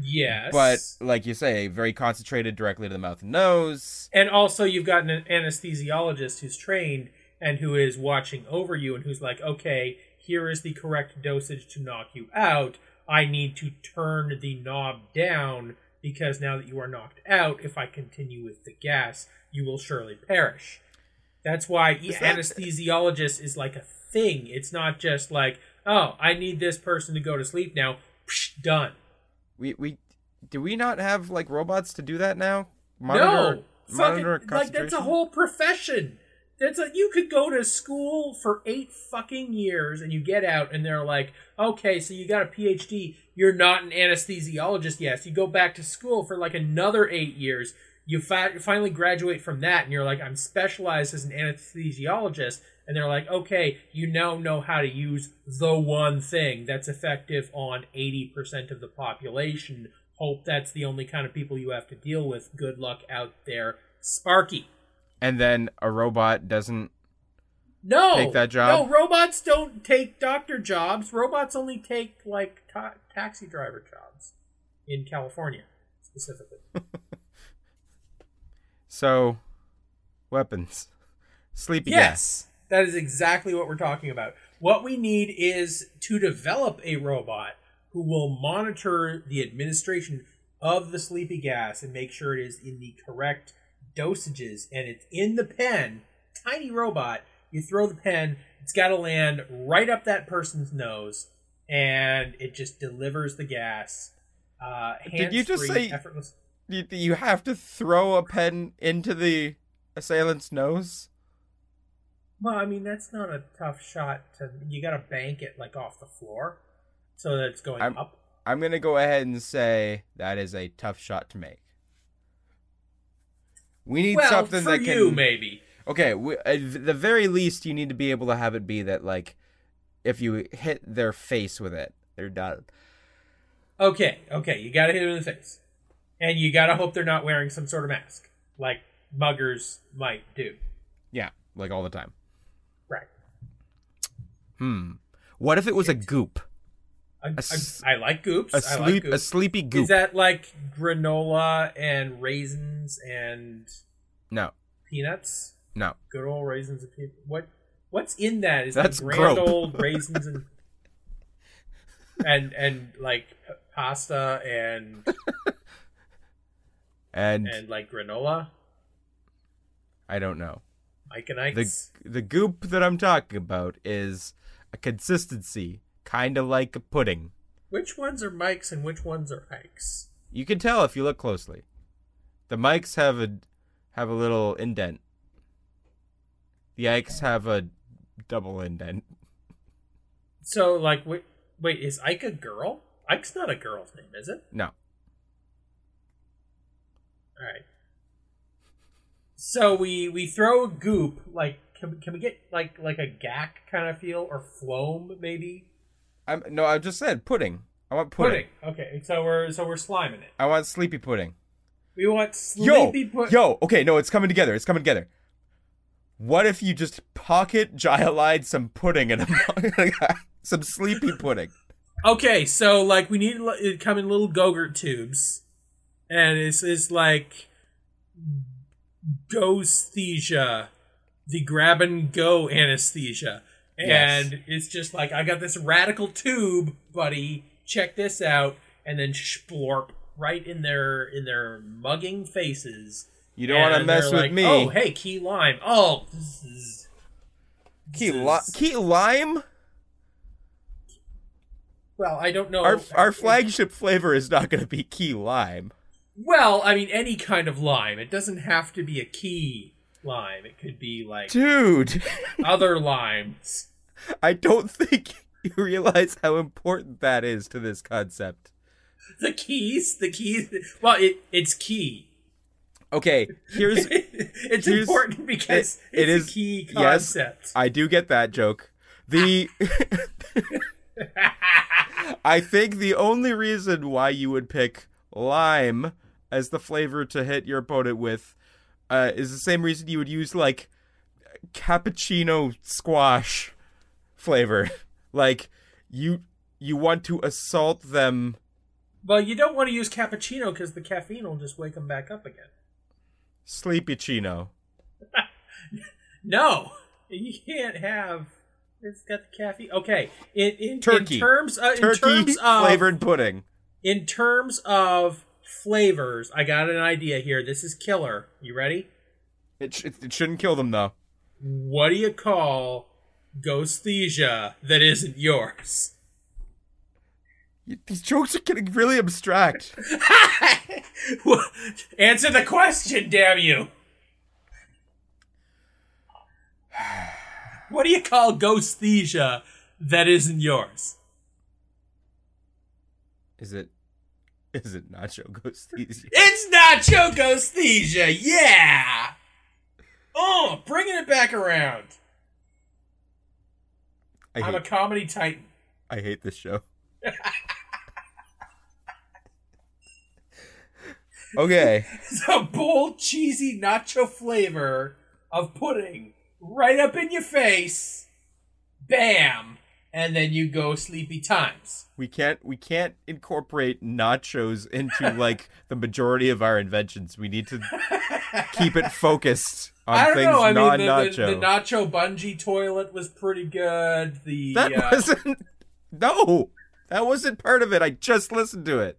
Speaker 3: Yes,
Speaker 1: But like you say, very concentrated directly to the mouth and nose.
Speaker 3: and also you've got an anesthesiologist who's trained and who is watching over you and who's like, okay, here is the correct dosage to knock you out. I need to turn the knob down because now that you are knocked out, if I continue with the gas, you will surely perish. That's why
Speaker 1: Is that-
Speaker 3: anesthesiologist is like a thing. It's not just like, oh, I need this person to go to sleep now. Psh, done.
Speaker 1: We we do we not have like robots to do that now?
Speaker 3: no, fucking, like that's a
Speaker 1: concentration?
Speaker 3: whole profession. That's like you could go to school for eight fucking years and you get out and they're like, okay, so you got a PhD. You're not an anesthesiologist. Yes, you go back to school for like another eight years. You fi- finally graduate from that and you're like, I'm specialized as an anesthesiologist. And they're like, okay, you now know how to use the one thing that's effective on 80% of the population hope that's the only kind of people you have to deal with. Good luck out there, Sparky.
Speaker 1: And then a robot doesn't.
Speaker 3: No,
Speaker 1: Take that job?
Speaker 3: No, robots don't take doctor jobs. Robots only take like ta- taxi driver jobs in California specifically.
Speaker 1: So, weapons, sleepy gas.
Speaker 3: Yes, that is exactly what we're talking about. What we need is to develop a robot who will monitor the administration of the sleepy gas and make sure it is in the correct dosages and it's in the pen. Tiny robot, you throw the pen, it's got to land right up that person's nose and it just delivers the gas. Uh,
Speaker 1: Did you just
Speaker 3: hands-free,
Speaker 1: say-
Speaker 3: effortless?
Speaker 1: You, you have to throw a pen into the assailant's nose.
Speaker 3: Well, I mean that's not a tough shot. To you got to bank it like off the floor, so that it's going
Speaker 1: I'm-
Speaker 3: up.
Speaker 1: I'm gonna go ahead and say that is a tough shot to make. We need
Speaker 3: well,
Speaker 1: something
Speaker 3: for
Speaker 1: that can
Speaker 3: you maybe.
Speaker 1: Okay, we, at the very least, you need to be able to have it be that like, if you hit their face with it, they're done.
Speaker 3: Okay, okay, you got to hit him in the face, and you got to hope they're not wearing some sort of mask, like muggers might do.
Speaker 1: Yeah, like all the time.
Speaker 3: Right.
Speaker 1: Hmm. What if it was a goop?
Speaker 3: I I
Speaker 1: s-
Speaker 3: I like goops.
Speaker 1: A
Speaker 3: I
Speaker 1: sleep,
Speaker 3: like
Speaker 1: a
Speaker 3: goops.
Speaker 1: sleepy goop.
Speaker 3: Is that like granola and raisins and
Speaker 1: no,
Speaker 3: peanuts?
Speaker 1: no.
Speaker 3: Good old raisins and peanuts. What? What's in that? Is
Speaker 1: That's
Speaker 3: it grand
Speaker 1: grope.
Speaker 3: old raisins and and and like p- pasta and
Speaker 1: And
Speaker 3: and like granola,
Speaker 1: I don't know.
Speaker 3: Mike and
Speaker 1: The
Speaker 3: Ike's.
Speaker 1: the goop that I'm talking about is a consistency, kind of like a pudding.
Speaker 3: Which ones are Mike's and which ones are Ike's?
Speaker 1: You can tell if you look closely. The mics have a have a little indent. The Ikes have a double indent.
Speaker 3: So, like, wait, wait, is Ike a girl? Ike's not a girl's name, is it?
Speaker 1: No.
Speaker 3: All right. So we we throw a goop. Like, can we, can we get like like a gack kind of feel or phloem maybe?
Speaker 1: I'm no, I just said pudding. I want pudding.
Speaker 3: Okay, so we're so we're sliming it.
Speaker 1: I want sleepy pudding.
Speaker 3: We want sleepy
Speaker 1: yo,
Speaker 3: put.
Speaker 1: yo, okay, no, it's coming together. It's coming together. What if you just pocket gyalide some pudding and some sleepy pudding?
Speaker 3: Okay, so like we need li- it come in little gogurt tubes, and it's it's like dosthesia, the grab and go anesthesia, and it's just like I got this radical tube, buddy. Check this out, and then splorp right in their in their mugging faces.
Speaker 1: You don't want to
Speaker 3: And they're
Speaker 1: mess with
Speaker 3: like,
Speaker 1: me.
Speaker 3: Oh, hey, key lime. Oh, this is-
Speaker 1: key,
Speaker 3: this
Speaker 1: li-
Speaker 3: is-
Speaker 1: key lime.
Speaker 3: Well, I don't know.
Speaker 1: Our our flagship flavor is not going to be key lime.
Speaker 3: Well, I mean, any kind of lime. It doesn't have to be a key lime. It could be like
Speaker 1: Dude,
Speaker 3: other limes.
Speaker 1: I don't think you realize how important that is to this concept.
Speaker 3: The keys, the keys. Well, it it's key.
Speaker 1: Okay, here's
Speaker 3: it's
Speaker 1: Here's-
Speaker 3: important because
Speaker 1: it- it
Speaker 3: it's
Speaker 1: is-
Speaker 3: a key
Speaker 1: yes.
Speaker 3: concept.
Speaker 1: I do get that joke. The I think the only reason why you would pick lime as the flavor to hit your opponent with uh, is the same reason you would use like cappuccino squash flavor. Like you you want to assault them.
Speaker 3: well, you don't want to use cappuccino because the caffeine will just wake them back up again.
Speaker 1: Sleepy chino.
Speaker 3: No, you can't have It's got the caffeine. Okay. In, in,
Speaker 1: Turkey.
Speaker 3: in terms of, in
Speaker 1: Turkey
Speaker 3: terms of
Speaker 1: flavored pudding.
Speaker 3: in terms of flavors, I got an idea here. This is killer. You ready?
Speaker 1: It, sh- it shouldn't kill them though.
Speaker 3: What do you call ghosthesia that isn't yours?
Speaker 1: Y- These jokes are getting really abstract.
Speaker 3: What- Answer the question, damn you. What do you call ghosthesia that isn't yours?
Speaker 1: Is it? Is it nacho ghosties?
Speaker 3: It's nacho ghosthesia, yeah! Oh, bringing it back around.
Speaker 1: I
Speaker 3: I'm a
Speaker 1: hate,
Speaker 3: comedy titan.
Speaker 1: I hate this show. okay.
Speaker 3: It's a bold, cheesy nacho flavor of pudding right up in your face. Bam! And then you go sleepy times.
Speaker 1: We can't we can't incorporate nachos into like the majority of our inventions. We need to keep it focused on
Speaker 3: I don't
Speaker 1: things
Speaker 3: know. I mean,
Speaker 1: non
Speaker 3: the,
Speaker 1: nacho.
Speaker 3: The, the nacho bungee toilet was pretty good. The
Speaker 1: that
Speaker 3: uh,
Speaker 1: wasn't No. That wasn't part of it. I just listened to it.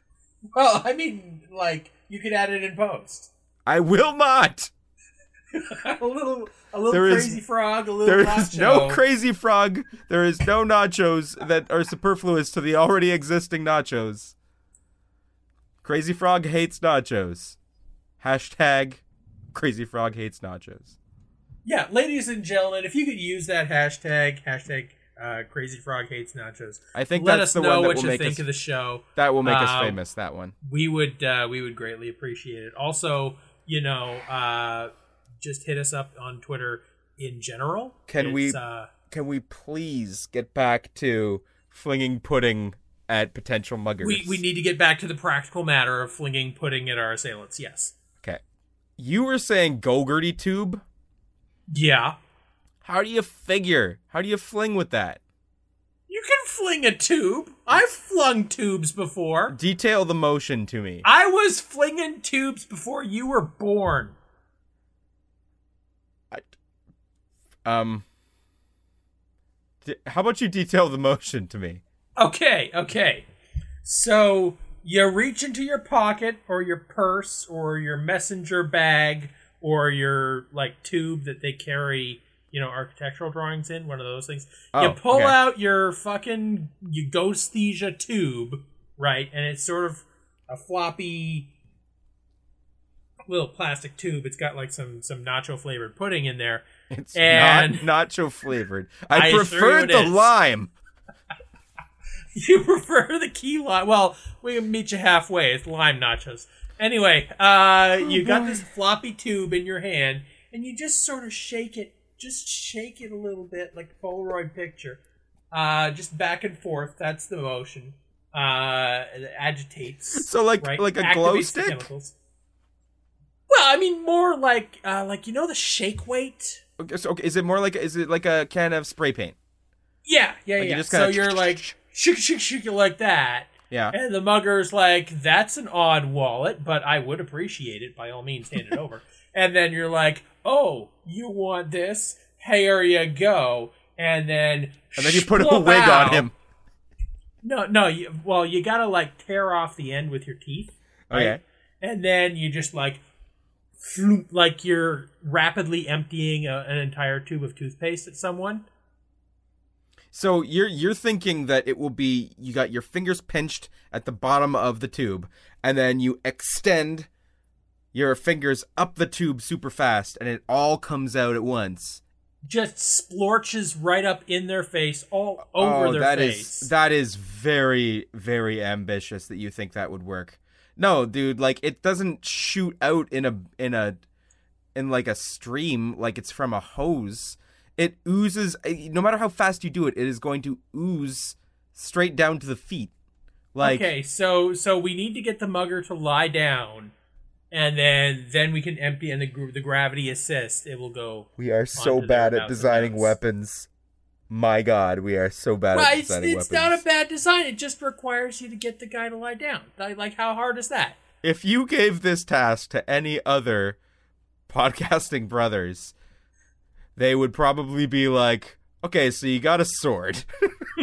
Speaker 3: well, I mean, like you could add it in post.
Speaker 1: I will not.
Speaker 3: a little, a little
Speaker 1: There is-
Speaker 3: crazy frog, a little
Speaker 1: There
Speaker 3: nacho.
Speaker 1: is no crazy frog. There is no nachos that are superfluous to the already existing nachos. Crazy frog hates nachos. Hashtag crazy frog hates nachos.
Speaker 3: yeah, ladies and gentlemen, if you could use that hashtag, hashtag uh, crazy frog hates nachos.
Speaker 1: I think
Speaker 3: Let
Speaker 1: that's
Speaker 3: us
Speaker 1: the
Speaker 3: know
Speaker 1: one that
Speaker 3: what
Speaker 1: will
Speaker 3: you
Speaker 1: make
Speaker 3: think
Speaker 1: us
Speaker 3: of the show.
Speaker 1: That will make us
Speaker 3: Um,
Speaker 1: famous. That one.
Speaker 3: we would uh, we would greatly appreciate it. Also, you know, uh, just hit us up on Twitter in general.
Speaker 1: Can we-
Speaker 3: It's, Uh,
Speaker 1: Can we please get back to flinging pudding at potential muggers?
Speaker 3: we we need to get back to the practical matter of flinging pudding at our assailants. Yes.
Speaker 1: Okay. You were saying Golgurdy tube.
Speaker 3: Yeah.
Speaker 1: How do you figure? How do you fling with that?
Speaker 3: You can fling a tube. I've flung tubes before.
Speaker 1: Detail the motion to me.
Speaker 3: I was flinging tubes before you were born.
Speaker 1: Um. d- How about you detail the motion to me?
Speaker 3: Okay, okay. So you reach into your pocket or your purse or your messenger bag or your like tube that they carry, you know, architectural drawings in, one of those things. you
Speaker 1: Oh,
Speaker 3: pull
Speaker 1: okay.
Speaker 3: out your fucking you ghosthesia tube, right? And it's sort of a floppy little plastic tube. It's got like some some nacho flavored pudding in there.
Speaker 1: It's
Speaker 3: And-
Speaker 1: not nacho flavored. I,
Speaker 3: I sure
Speaker 1: preferred
Speaker 3: it
Speaker 1: the
Speaker 3: is.
Speaker 1: lime.
Speaker 3: You prefer the key lime? Well, we can meet you halfway. It's lime nachos. Anyway,
Speaker 1: Oh,
Speaker 3: uh, you got this floppy tube in your hand, and you just sort of shake it, just shake it a little bit, like a Polaroid picture, uh, just back and forth. That's the motion. Uh, it agitates.
Speaker 1: So like
Speaker 3: right?
Speaker 1: like a glow
Speaker 3: Activates the
Speaker 1: stick.
Speaker 3: chemicals. Well, I mean, more like uh, like you know the shake weight.
Speaker 1: Okay, so, okay, is it more like is it like a can of spray paint?
Speaker 3: Yeah, yeah,
Speaker 1: Like, you
Speaker 3: yeah.
Speaker 1: just
Speaker 3: so
Speaker 1: kinda-
Speaker 3: you're like shake, shake, shake it like that.
Speaker 1: Yeah.
Speaker 3: And the mugger's like, that's an odd wallet, but I would appreciate it. By all means, hand it over. And then you're like, oh, you want this? Here you go. And then.
Speaker 1: And then you put a
Speaker 3: shplop
Speaker 1: wig on
Speaker 3: out.
Speaker 1: him.
Speaker 3: No, no. You, well, you gotta like tear off the end with your teeth.
Speaker 1: Okay.
Speaker 3: And then you just like. floop, Like you're rapidly emptying a, an entire tube of toothpaste at someone.
Speaker 1: So you're you're thinking that it will be you got your fingers pinched at the bottom of the tube, and then you extend your fingers up the tube super fast, and it all comes out at once.
Speaker 3: just splorches right up in their face, all over
Speaker 1: oh,
Speaker 3: their
Speaker 1: that is-
Speaker 3: face.
Speaker 1: that is very very ambitious that you think that would work. No, dude, like it doesn't shoot out in a in a in like a stream like it's from a hose. It oozes eh, no matter how fast you do it, it is going to ooze straight down to the feet. Like
Speaker 3: okay, so so we need to get the mugger to lie down, and then then we can empty and the gr- the gravity assist. It will go.
Speaker 1: We are so
Speaker 3: onto their
Speaker 1: bad at
Speaker 3: thousand
Speaker 1: designing
Speaker 3: pounds.
Speaker 1: weapons. My God, we are so bad
Speaker 3: Well,
Speaker 1: at
Speaker 3: it's,
Speaker 1: designing
Speaker 3: it's
Speaker 1: weapons.
Speaker 3: not a bad design. It just requires you to get the guy to lie down. Like, like how hard is that?
Speaker 1: if you gave this task to any other podcasting brothers, they would probably be like, okay, so you got a sword.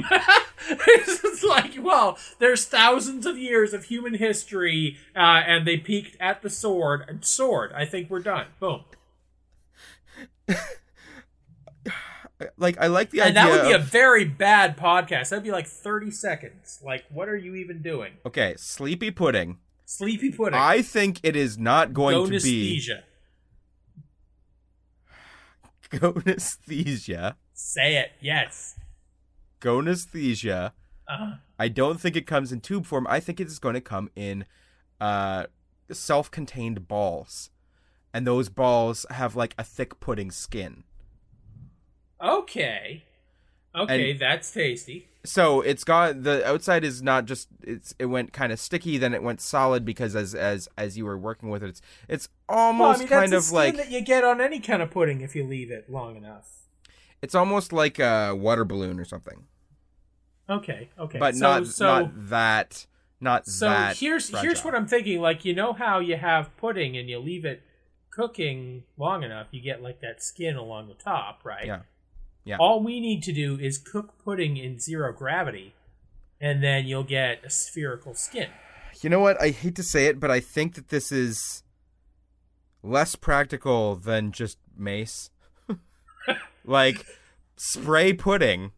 Speaker 3: it's just like, well, there's thousands of years of human history, uh, and they peaked at the sword. And sword, I think we're done. Boom.
Speaker 1: Like I like the
Speaker 3: and
Speaker 1: idea.
Speaker 3: that would be a
Speaker 1: of-
Speaker 3: very bad podcast. That'd be like 30 seconds. Like, what are you even doing?
Speaker 1: okay, sleepy pudding.
Speaker 3: Sleepy pudding.
Speaker 1: I think it is not going to be
Speaker 3: Gonesthesia.
Speaker 1: gonesthesia.
Speaker 3: Say it. Yes.
Speaker 1: Gonesthesia.
Speaker 3: Uh,
Speaker 1: I don't think it comes in tube form. I think it's going to come in uh, self-contained balls, and those balls have like a thick pudding skin.
Speaker 3: okay. Okay, that's tasty.
Speaker 1: so it's got the outside is not just it's it went kind of sticky then it went solid because as as as you were working with it it's it's almost kind of like
Speaker 3: that you get on any kind of pudding if you leave it long enough.
Speaker 1: it's almost like a water balloon or something
Speaker 3: Okay. Okay.
Speaker 1: but
Speaker 3: so,
Speaker 1: not
Speaker 3: so,
Speaker 1: not that not
Speaker 3: so
Speaker 1: that
Speaker 3: here's here's what I'm thinking. Like you know how you have pudding and you leave it cooking long enough, you get like that skin along the top, right?
Speaker 1: Yeah. Yeah.
Speaker 3: All we need to do is cook pudding in zero gravity, and then you'll get a spherical skin.
Speaker 1: you know what I hate to say it but I think that this is less practical than just mace like spray pudding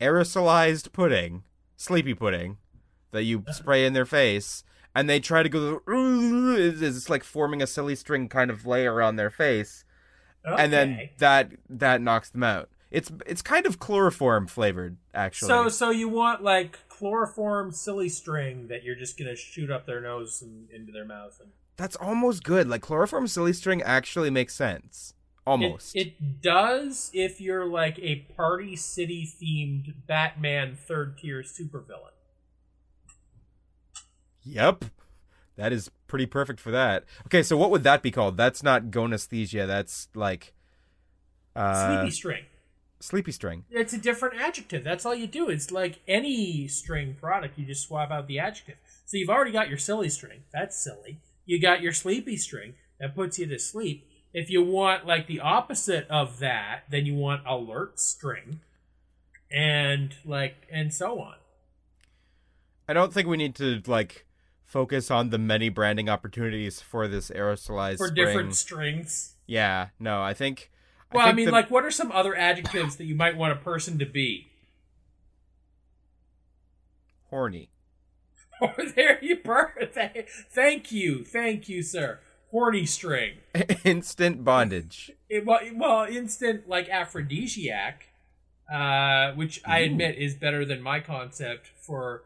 Speaker 1: aerosolized pudding sleepy pudding that you spray in their face and they try to go it's it's like forming a silly string kind of layer on their face and then
Speaker 3: Okay.
Speaker 1: that that knocks them out it's it's kind of chloroform flavored actually
Speaker 3: so so you want like chloroform silly string that you're just gonna shoot up their nose and into their mouth and
Speaker 1: That's almost good. Like chloroform silly string actually makes sense. Almost.
Speaker 3: It, it does if you're like a party city themed Batman third tier supervillain.
Speaker 1: yep. That is pretty perfect for that. Okay, so what would that be called? That's not gonesthesia. That's like uh,
Speaker 3: Sleepy
Speaker 1: sleepy.
Speaker 3: string.
Speaker 1: string.
Speaker 3: It's a different adjective. That's all you do. It's like any string product, you just swap out the adjective. So you've already got your silly string. That's silly. You got your sleepy string that puts you to sleep. If you want like the opposite of that, then you want alert string and like and so on.
Speaker 1: I don't think we need to like focus on the many branding opportunities for this aerosolized
Speaker 3: For
Speaker 1: spring.
Speaker 3: different strings.
Speaker 1: Yeah. No, I think.
Speaker 3: Well, I,
Speaker 1: think
Speaker 3: mean,
Speaker 1: the-
Speaker 3: like, what are some other adjectives that you might want a person to be?
Speaker 1: horny.
Speaker 3: Or Oh, there you burn. Thank you, thank you, sir. Horny string.
Speaker 1: Instant bondage.
Speaker 3: It, well, it- well, instant like aphrodisiac, uh, which I admit is better than my concept for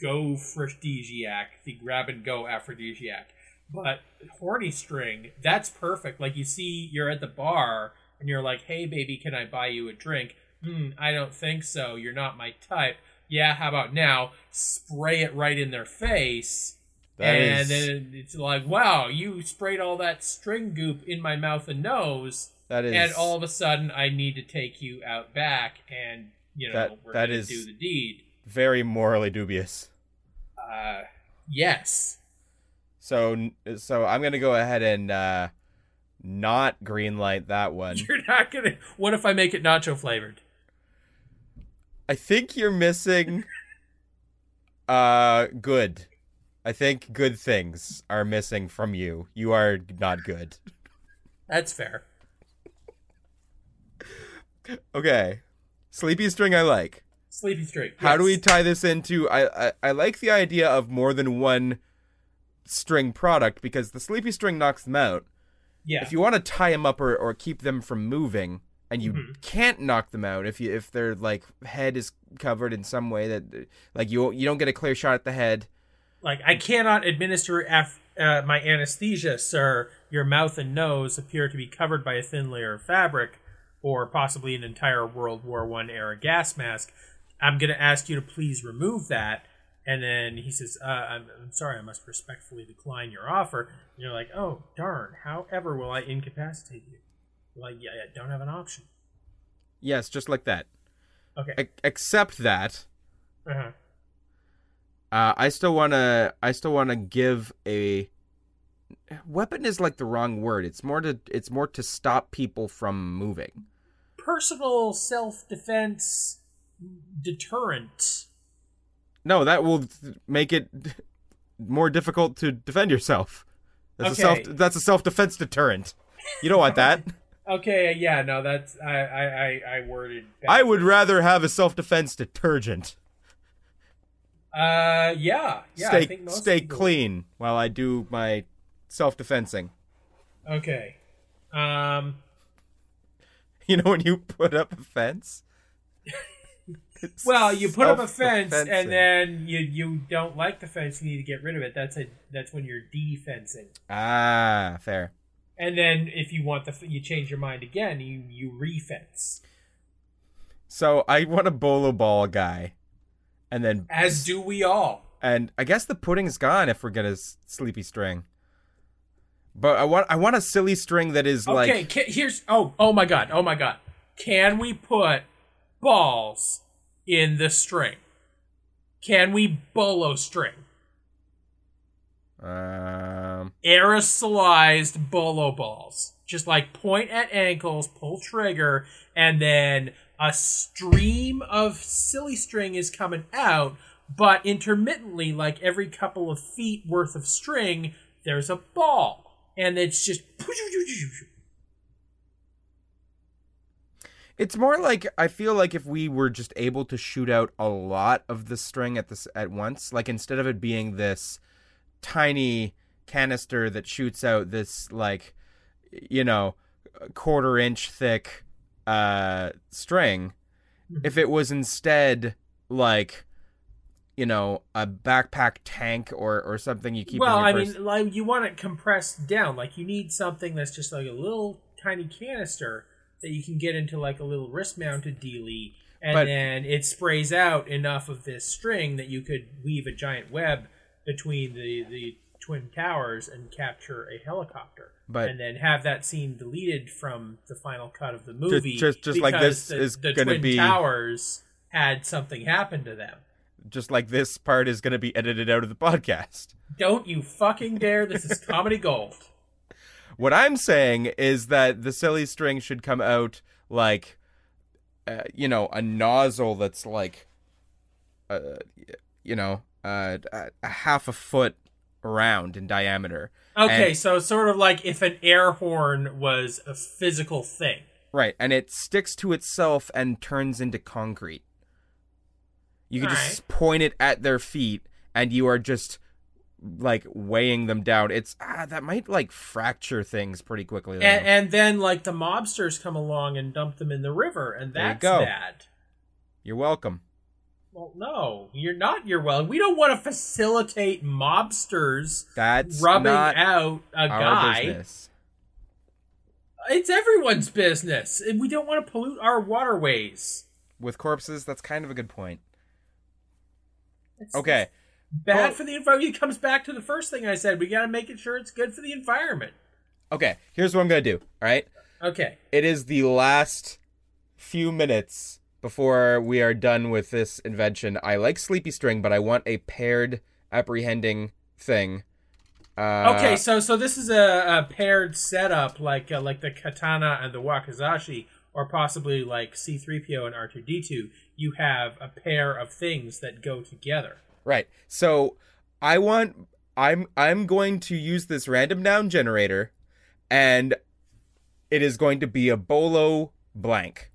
Speaker 3: go aphrodisiac, the grab and go aphrodisiac. But horny string, that's perfect. Like you see, you're at the bar and you're like, "Hey, baby, can I buy you a drink?" Hmm, I don't think so. You're not my type. Yeah, how about now? Spray it right in their face
Speaker 1: That
Speaker 3: and
Speaker 1: is-
Speaker 3: then it's like, wow, you sprayed all that string goop in my mouth and nose,
Speaker 1: That is.
Speaker 3: and all of a sudden I need to take you out back, and you know
Speaker 1: That-
Speaker 3: we're
Speaker 1: that
Speaker 3: gonna
Speaker 1: is-
Speaker 3: do the deed.
Speaker 1: very morally dubious.
Speaker 3: Uh, yes,
Speaker 1: So so I'm gonna go ahead and uh not green light that one.
Speaker 3: you're not gonna. What if I make it nacho flavored?
Speaker 1: I think you're missing uh good. I think good things are missing from you. You are not good.
Speaker 3: That's fair.
Speaker 1: Okay. Sleepy string I like.
Speaker 3: Sleepy string.
Speaker 1: How do we
Speaker 3: yes.
Speaker 1: tie this into I, I I like the idea of more than one string product because the sleepy string knocks them out.
Speaker 3: yeah.
Speaker 1: if you want to tie them up or, or keep them from moving and you
Speaker 3: Mhm.
Speaker 1: can't knock them out if you if their like head is covered in some way that like you you don't get a clear shot at the head
Speaker 3: like I cannot administer af- uh, my anesthesia, sir. Your mouth and nose appear to be covered by a thin layer of fabric, or possibly an entire World War One era gas mask. I'm going to ask you to please remove that. And then he says, uh, I'm, "I'm sorry, I must respectfully decline your offer." And you're like, "Oh darn! However, will I incapacitate you?" Like, yeah, I don't have an option.
Speaker 1: yes just like that
Speaker 3: Okay.
Speaker 1: E- except that
Speaker 3: Uh-huh.
Speaker 1: uh, I still want to I still want to give a weapon is like the wrong word it's more to it's more to stop people from moving
Speaker 3: personal self defense deterrent.
Speaker 1: No, that will th- make it more difficult to defend yourself. That's a
Speaker 3: Okay.
Speaker 1: self that's a self defense deterrent. You don't want that.
Speaker 3: Okay, yeah, no, that's I I I, I worded. that.
Speaker 1: I would rather have a self defense detergent.
Speaker 3: Uh, yeah, yeah. I
Speaker 1: stay
Speaker 3: think most
Speaker 1: stay
Speaker 3: people-
Speaker 1: clean while I do my self defensing.
Speaker 3: Okay. Um.
Speaker 1: You know when you put up a fence? It's
Speaker 3: Well, you put up a fence
Speaker 1: self-defensing.
Speaker 3: and then you you don't like the fence. You need to get rid of it. That's a that's when you're defencing.
Speaker 1: Ah, fair.
Speaker 3: And then if you want the f- you change your mind again, you you refence.
Speaker 1: So I want a bolo ball guy. And then
Speaker 3: As do we all.
Speaker 1: and I guess the pudding's gone if we're gonna s- sleepy string. But I want I want a silly string that is
Speaker 3: Okay,
Speaker 1: like
Speaker 3: ca here's oh oh my god oh my god. Can we put balls in the string? Can we bolo string
Speaker 1: um
Speaker 3: aerosolized bolo balls? Just like point at ankles, pull trigger, and then a stream of silly string is coming out. But intermittently, like every couple of feet worth of string, there's a ball, and it's just
Speaker 1: it's more like I feel like if we were just able to shoot out a lot of the string at this at once, like instead of it being this tiny canister that shoots out this like you know quarter inch thick uh string
Speaker 3: Mm-hmm.
Speaker 1: if it was instead like you know a backpack tank or or something you keep
Speaker 3: well,
Speaker 1: in your
Speaker 3: I
Speaker 1: purse.
Speaker 3: mean, like you want it compressed down. Like you need something that's just like a little tiny canister that you can get into like a little wrist-mounted dealie, and
Speaker 1: But-
Speaker 3: then it sprays out enough of this string that you could weave a giant web between the the twin towers and capture a helicopter.
Speaker 1: But-
Speaker 3: and then have that scene deleted from the final cut of the
Speaker 1: Ju-
Speaker 3: movie.
Speaker 1: just- just like this
Speaker 3: because the,
Speaker 1: is
Speaker 3: the
Speaker 1: gonna
Speaker 3: twin
Speaker 1: be-
Speaker 3: towers had something happen to them.
Speaker 1: just like this part is going to be edited out of the podcast
Speaker 3: Don't you fucking dare! This is comedy gold.
Speaker 1: What I'm saying is that the silly string should come out like, uh, you know, a nozzle that's like, uh, you know, uh, a- a half a foot around in diamer.
Speaker 3: Okay,
Speaker 1: And-
Speaker 3: so it's sort of like if an air horn was a physical thing.
Speaker 1: Right, and it sticks to itself and turns into concrete. You can just point it at their feet, and you are just like weighing them down. It's ah, that might like fracture things pretty quickly. though.
Speaker 3: And, and then, like, the mobsters come along and dump them in the river, and
Speaker 1: There you
Speaker 3: that's
Speaker 1: go.
Speaker 3: bad.
Speaker 1: You're welcome.
Speaker 3: Well, no, you're not. You're well. We don't want to facilitate mobsters
Speaker 1: That's
Speaker 3: rubbing
Speaker 1: not
Speaker 3: out a
Speaker 1: our
Speaker 3: guy.
Speaker 1: business.
Speaker 3: It's everyone's business. and We don't want to pollute our waterways.
Speaker 1: with corpses, that's kind of a good point.
Speaker 3: It's
Speaker 1: Okay.
Speaker 3: bad
Speaker 1: but-
Speaker 3: for the environment. It comes back to the first thing I said. We got to make it sure it's good for the environment.
Speaker 1: Okay. Here's what I'm going to do. All right.
Speaker 3: Okay.
Speaker 1: It is the last few minutes before we are done with this invention. I like Sleepy String, but I want a paired apprehending thing. Uh,
Speaker 3: Okay, so so this is a, a paired setup, like uh, like the katana and the wakizashi, or possibly like C three PO and R two D two. You have a pair of things that go together.
Speaker 1: Right. So I want I'm I'm going to use this random noun generator and it is going to be a bolo blank.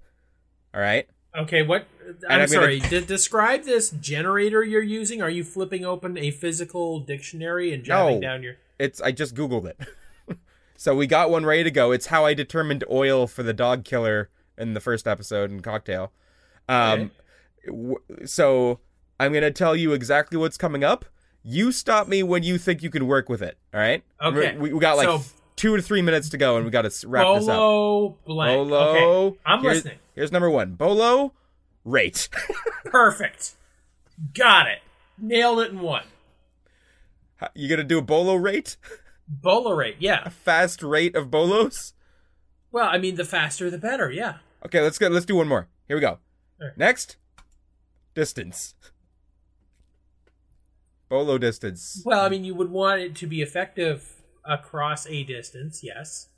Speaker 1: All right?
Speaker 3: Okay, what?
Speaker 1: I'm
Speaker 3: I'm,
Speaker 1: gonna-
Speaker 3: sorry. De- describe this generator you're using. Are you flipping open a physical dictionary and jotting
Speaker 1: No.
Speaker 3: down your?
Speaker 1: It's I just googled it. so we got one ready to go. It's how I determined oil for the dog killer in the first episode in Cocktail. Um w- so I'm going to tell you exactly what's coming up. You stop me when you think you can work with it, all right?
Speaker 3: Okay.
Speaker 1: We, we got like
Speaker 3: So-
Speaker 1: 2 to 3 minutes to go and we got to wrap this up.
Speaker 3: Bolo blank.
Speaker 1: Bolo.
Speaker 3: Okay, I'm
Speaker 1: Here-
Speaker 3: listening.
Speaker 1: Here's number 1. Bolo rate.
Speaker 3: Perfect. Got it. Nailed it in one.
Speaker 1: you going to do a bolo rate?
Speaker 3: Bolo rate. Yeah.
Speaker 1: Fast rate of bolos?
Speaker 3: Well, I mean, the faster the better. Yeah.
Speaker 1: Okay, let's go. Let's do one more. Here we go.
Speaker 3: Alright.
Speaker 1: Next, distance. Bolo distance.
Speaker 3: Well, I mean, you would want it to be effective across a distance, yes.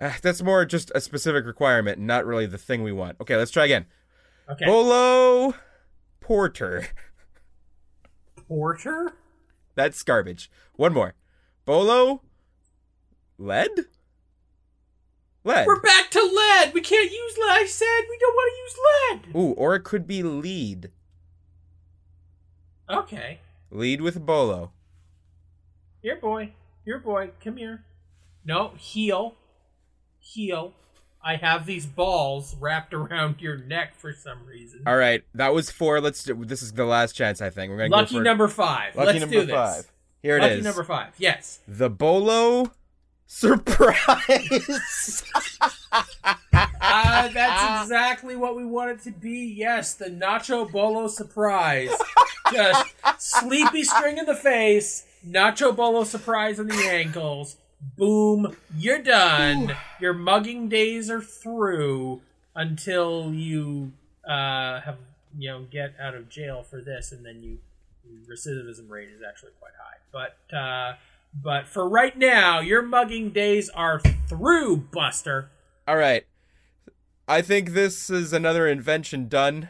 Speaker 1: Ah, that's more just a specific requirement, not really the thing we want. Okay, let's try again.
Speaker 3: Okay.
Speaker 1: Bolo Porter.
Speaker 3: Porter?
Speaker 1: That's garbage. One more. Bolo lead? Lead.
Speaker 3: We're back to lead. We can't use lead. I said we don't want to use
Speaker 1: Ooh, or it could be lead.
Speaker 3: lead. Okay.
Speaker 1: Lead with bolo.
Speaker 3: Here, boy. Here, boy. Come here. No, heel. Heel. I have these balls wrapped around your neck for some reason.
Speaker 1: All right, that was four. Let's do, this is the last chance I think. We're going to
Speaker 3: Lucky
Speaker 1: go for
Speaker 3: number five.
Speaker 1: Lucky
Speaker 3: Let's
Speaker 1: number
Speaker 3: do this.
Speaker 1: 5. Here it is.
Speaker 3: Lucky number five. Yes.
Speaker 1: The Bolo surprise.
Speaker 3: Uh, that's exactly what we want it to be. Yes, the Nacho Bolo surprise. Just sleepy string in the face, Nacho Bolo surprise on the ankles. Boom, you're done. Your mugging days are through until you uh, have you know get out of jail for this, and then you your recidivism rate is actually quite high. But uh, but for right now, your mugging days are through, Buster.
Speaker 1: All right. I think this is another invention done.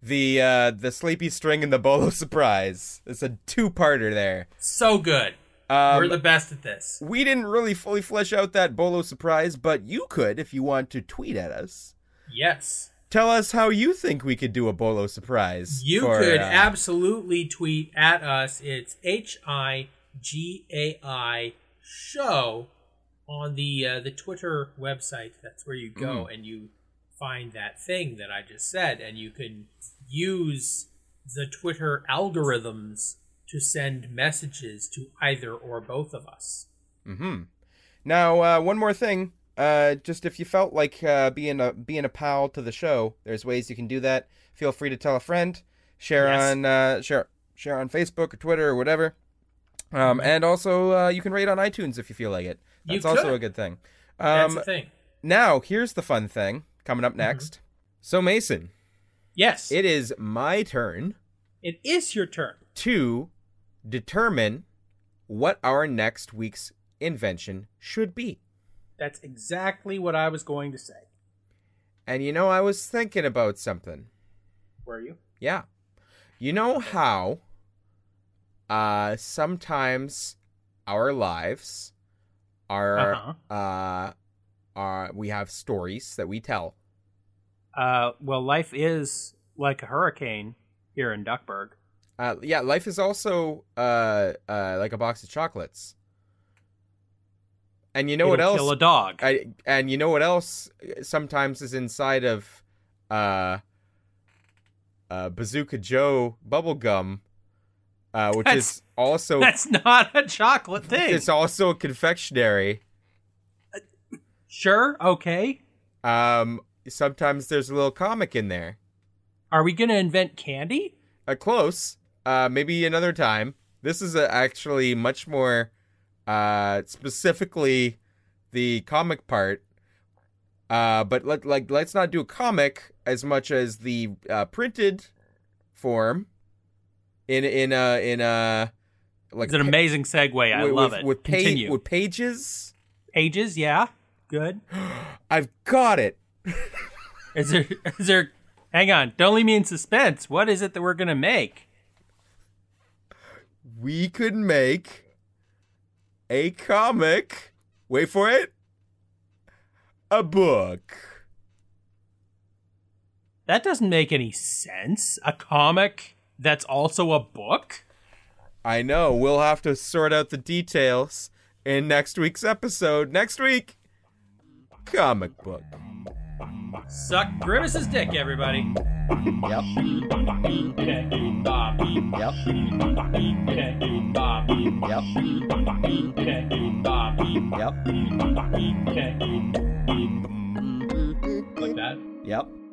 Speaker 1: The uh the sleepy string and the bolo surprise. It's a two-parter there.
Speaker 3: So good.
Speaker 1: Um,
Speaker 3: We're the best at this.
Speaker 1: we didn't really fully flesh out that bolo surprise, but you could if you want to tweet at us.
Speaker 3: Yes.
Speaker 1: Tell us how you think we could do a bolo surprise.
Speaker 3: You
Speaker 1: for,
Speaker 3: could
Speaker 1: uh,
Speaker 3: absolutely tweet at us. It's H I G A I show on the uh, the Twitter website. That's where you go
Speaker 1: Mm-hmm.
Speaker 3: and you find that thing that I just said, and you can use the Twitter algorithms to send messages to either or both of us.
Speaker 1: Mm-hmm. Now, uh, one more thing. Uh, just if you felt like uh, being a being a pal to the show, there's ways you can do that. Feel free to tell a friend, share
Speaker 3: Yes.
Speaker 1: on uh, share share on Facebook or Twitter or whatever. Um, and also uh, you can rate on iTunes if you feel like it.
Speaker 3: Mm-hmm. You
Speaker 1: That's also
Speaker 3: could.
Speaker 1: a good thing.
Speaker 3: That's Mm-hmm.
Speaker 1: Um,
Speaker 3: the thing.
Speaker 1: now here's the fun thing coming up next. So Mason,
Speaker 3: Yes,
Speaker 1: it is my turn
Speaker 3: it is your turn.
Speaker 1: to determine what our next week's invention should be.
Speaker 3: That's exactly what I was going to say.
Speaker 1: And you know, I was thinking about something.
Speaker 3: Were you?
Speaker 1: Yeah. You know how uh sometimes our lives are
Speaker 2: Uh-huh.
Speaker 1: uh are we have stories that we tell.
Speaker 2: Uh, well, life is like a hurricane here in Duckburg.
Speaker 1: Uh yeah, life is also uh uh like a box of chocolates. And you know what
Speaker 2: It'll
Speaker 1: else
Speaker 2: Kill a dog.
Speaker 1: I, and you know what else uh, sometimes is inside of uh uh Bazooka Joe bubblegum uh which
Speaker 2: That's-
Speaker 1: is also
Speaker 2: That's not a chocolate thing.
Speaker 1: it's also confectionery.
Speaker 2: sure. Okay.
Speaker 1: Um sometimes there's a little comic in there.
Speaker 2: Are we gonna invent candy?
Speaker 1: Uh, close. Uh maybe another time. This is a, actually much more uh specifically the comic part. Uh but let like let's not do a comic as much as the uh printed form in in uh in uh like
Speaker 2: It's an
Speaker 1: pa-
Speaker 2: amazing segue. I
Speaker 1: with,
Speaker 2: love
Speaker 1: with,
Speaker 2: it.
Speaker 1: with, pa-
Speaker 2: Continue.
Speaker 1: with pages.
Speaker 2: Pages. Yeah. Good.
Speaker 1: I've got it.
Speaker 2: Is there? Is there? Hang on. Don't leave me in suspense. What is it that we're gonna make?
Speaker 1: we could make a comic. Wait for it. A book.
Speaker 2: That doesn't make any sense. A comic that's also a book?
Speaker 1: I know. We'll have to sort out the details in next week's episode. Next week, comic book.
Speaker 2: Suck Grimace's dick, everybody.
Speaker 1: Yep. Yep. Yep. Yep.
Speaker 3: Like that?
Speaker 1: Yep.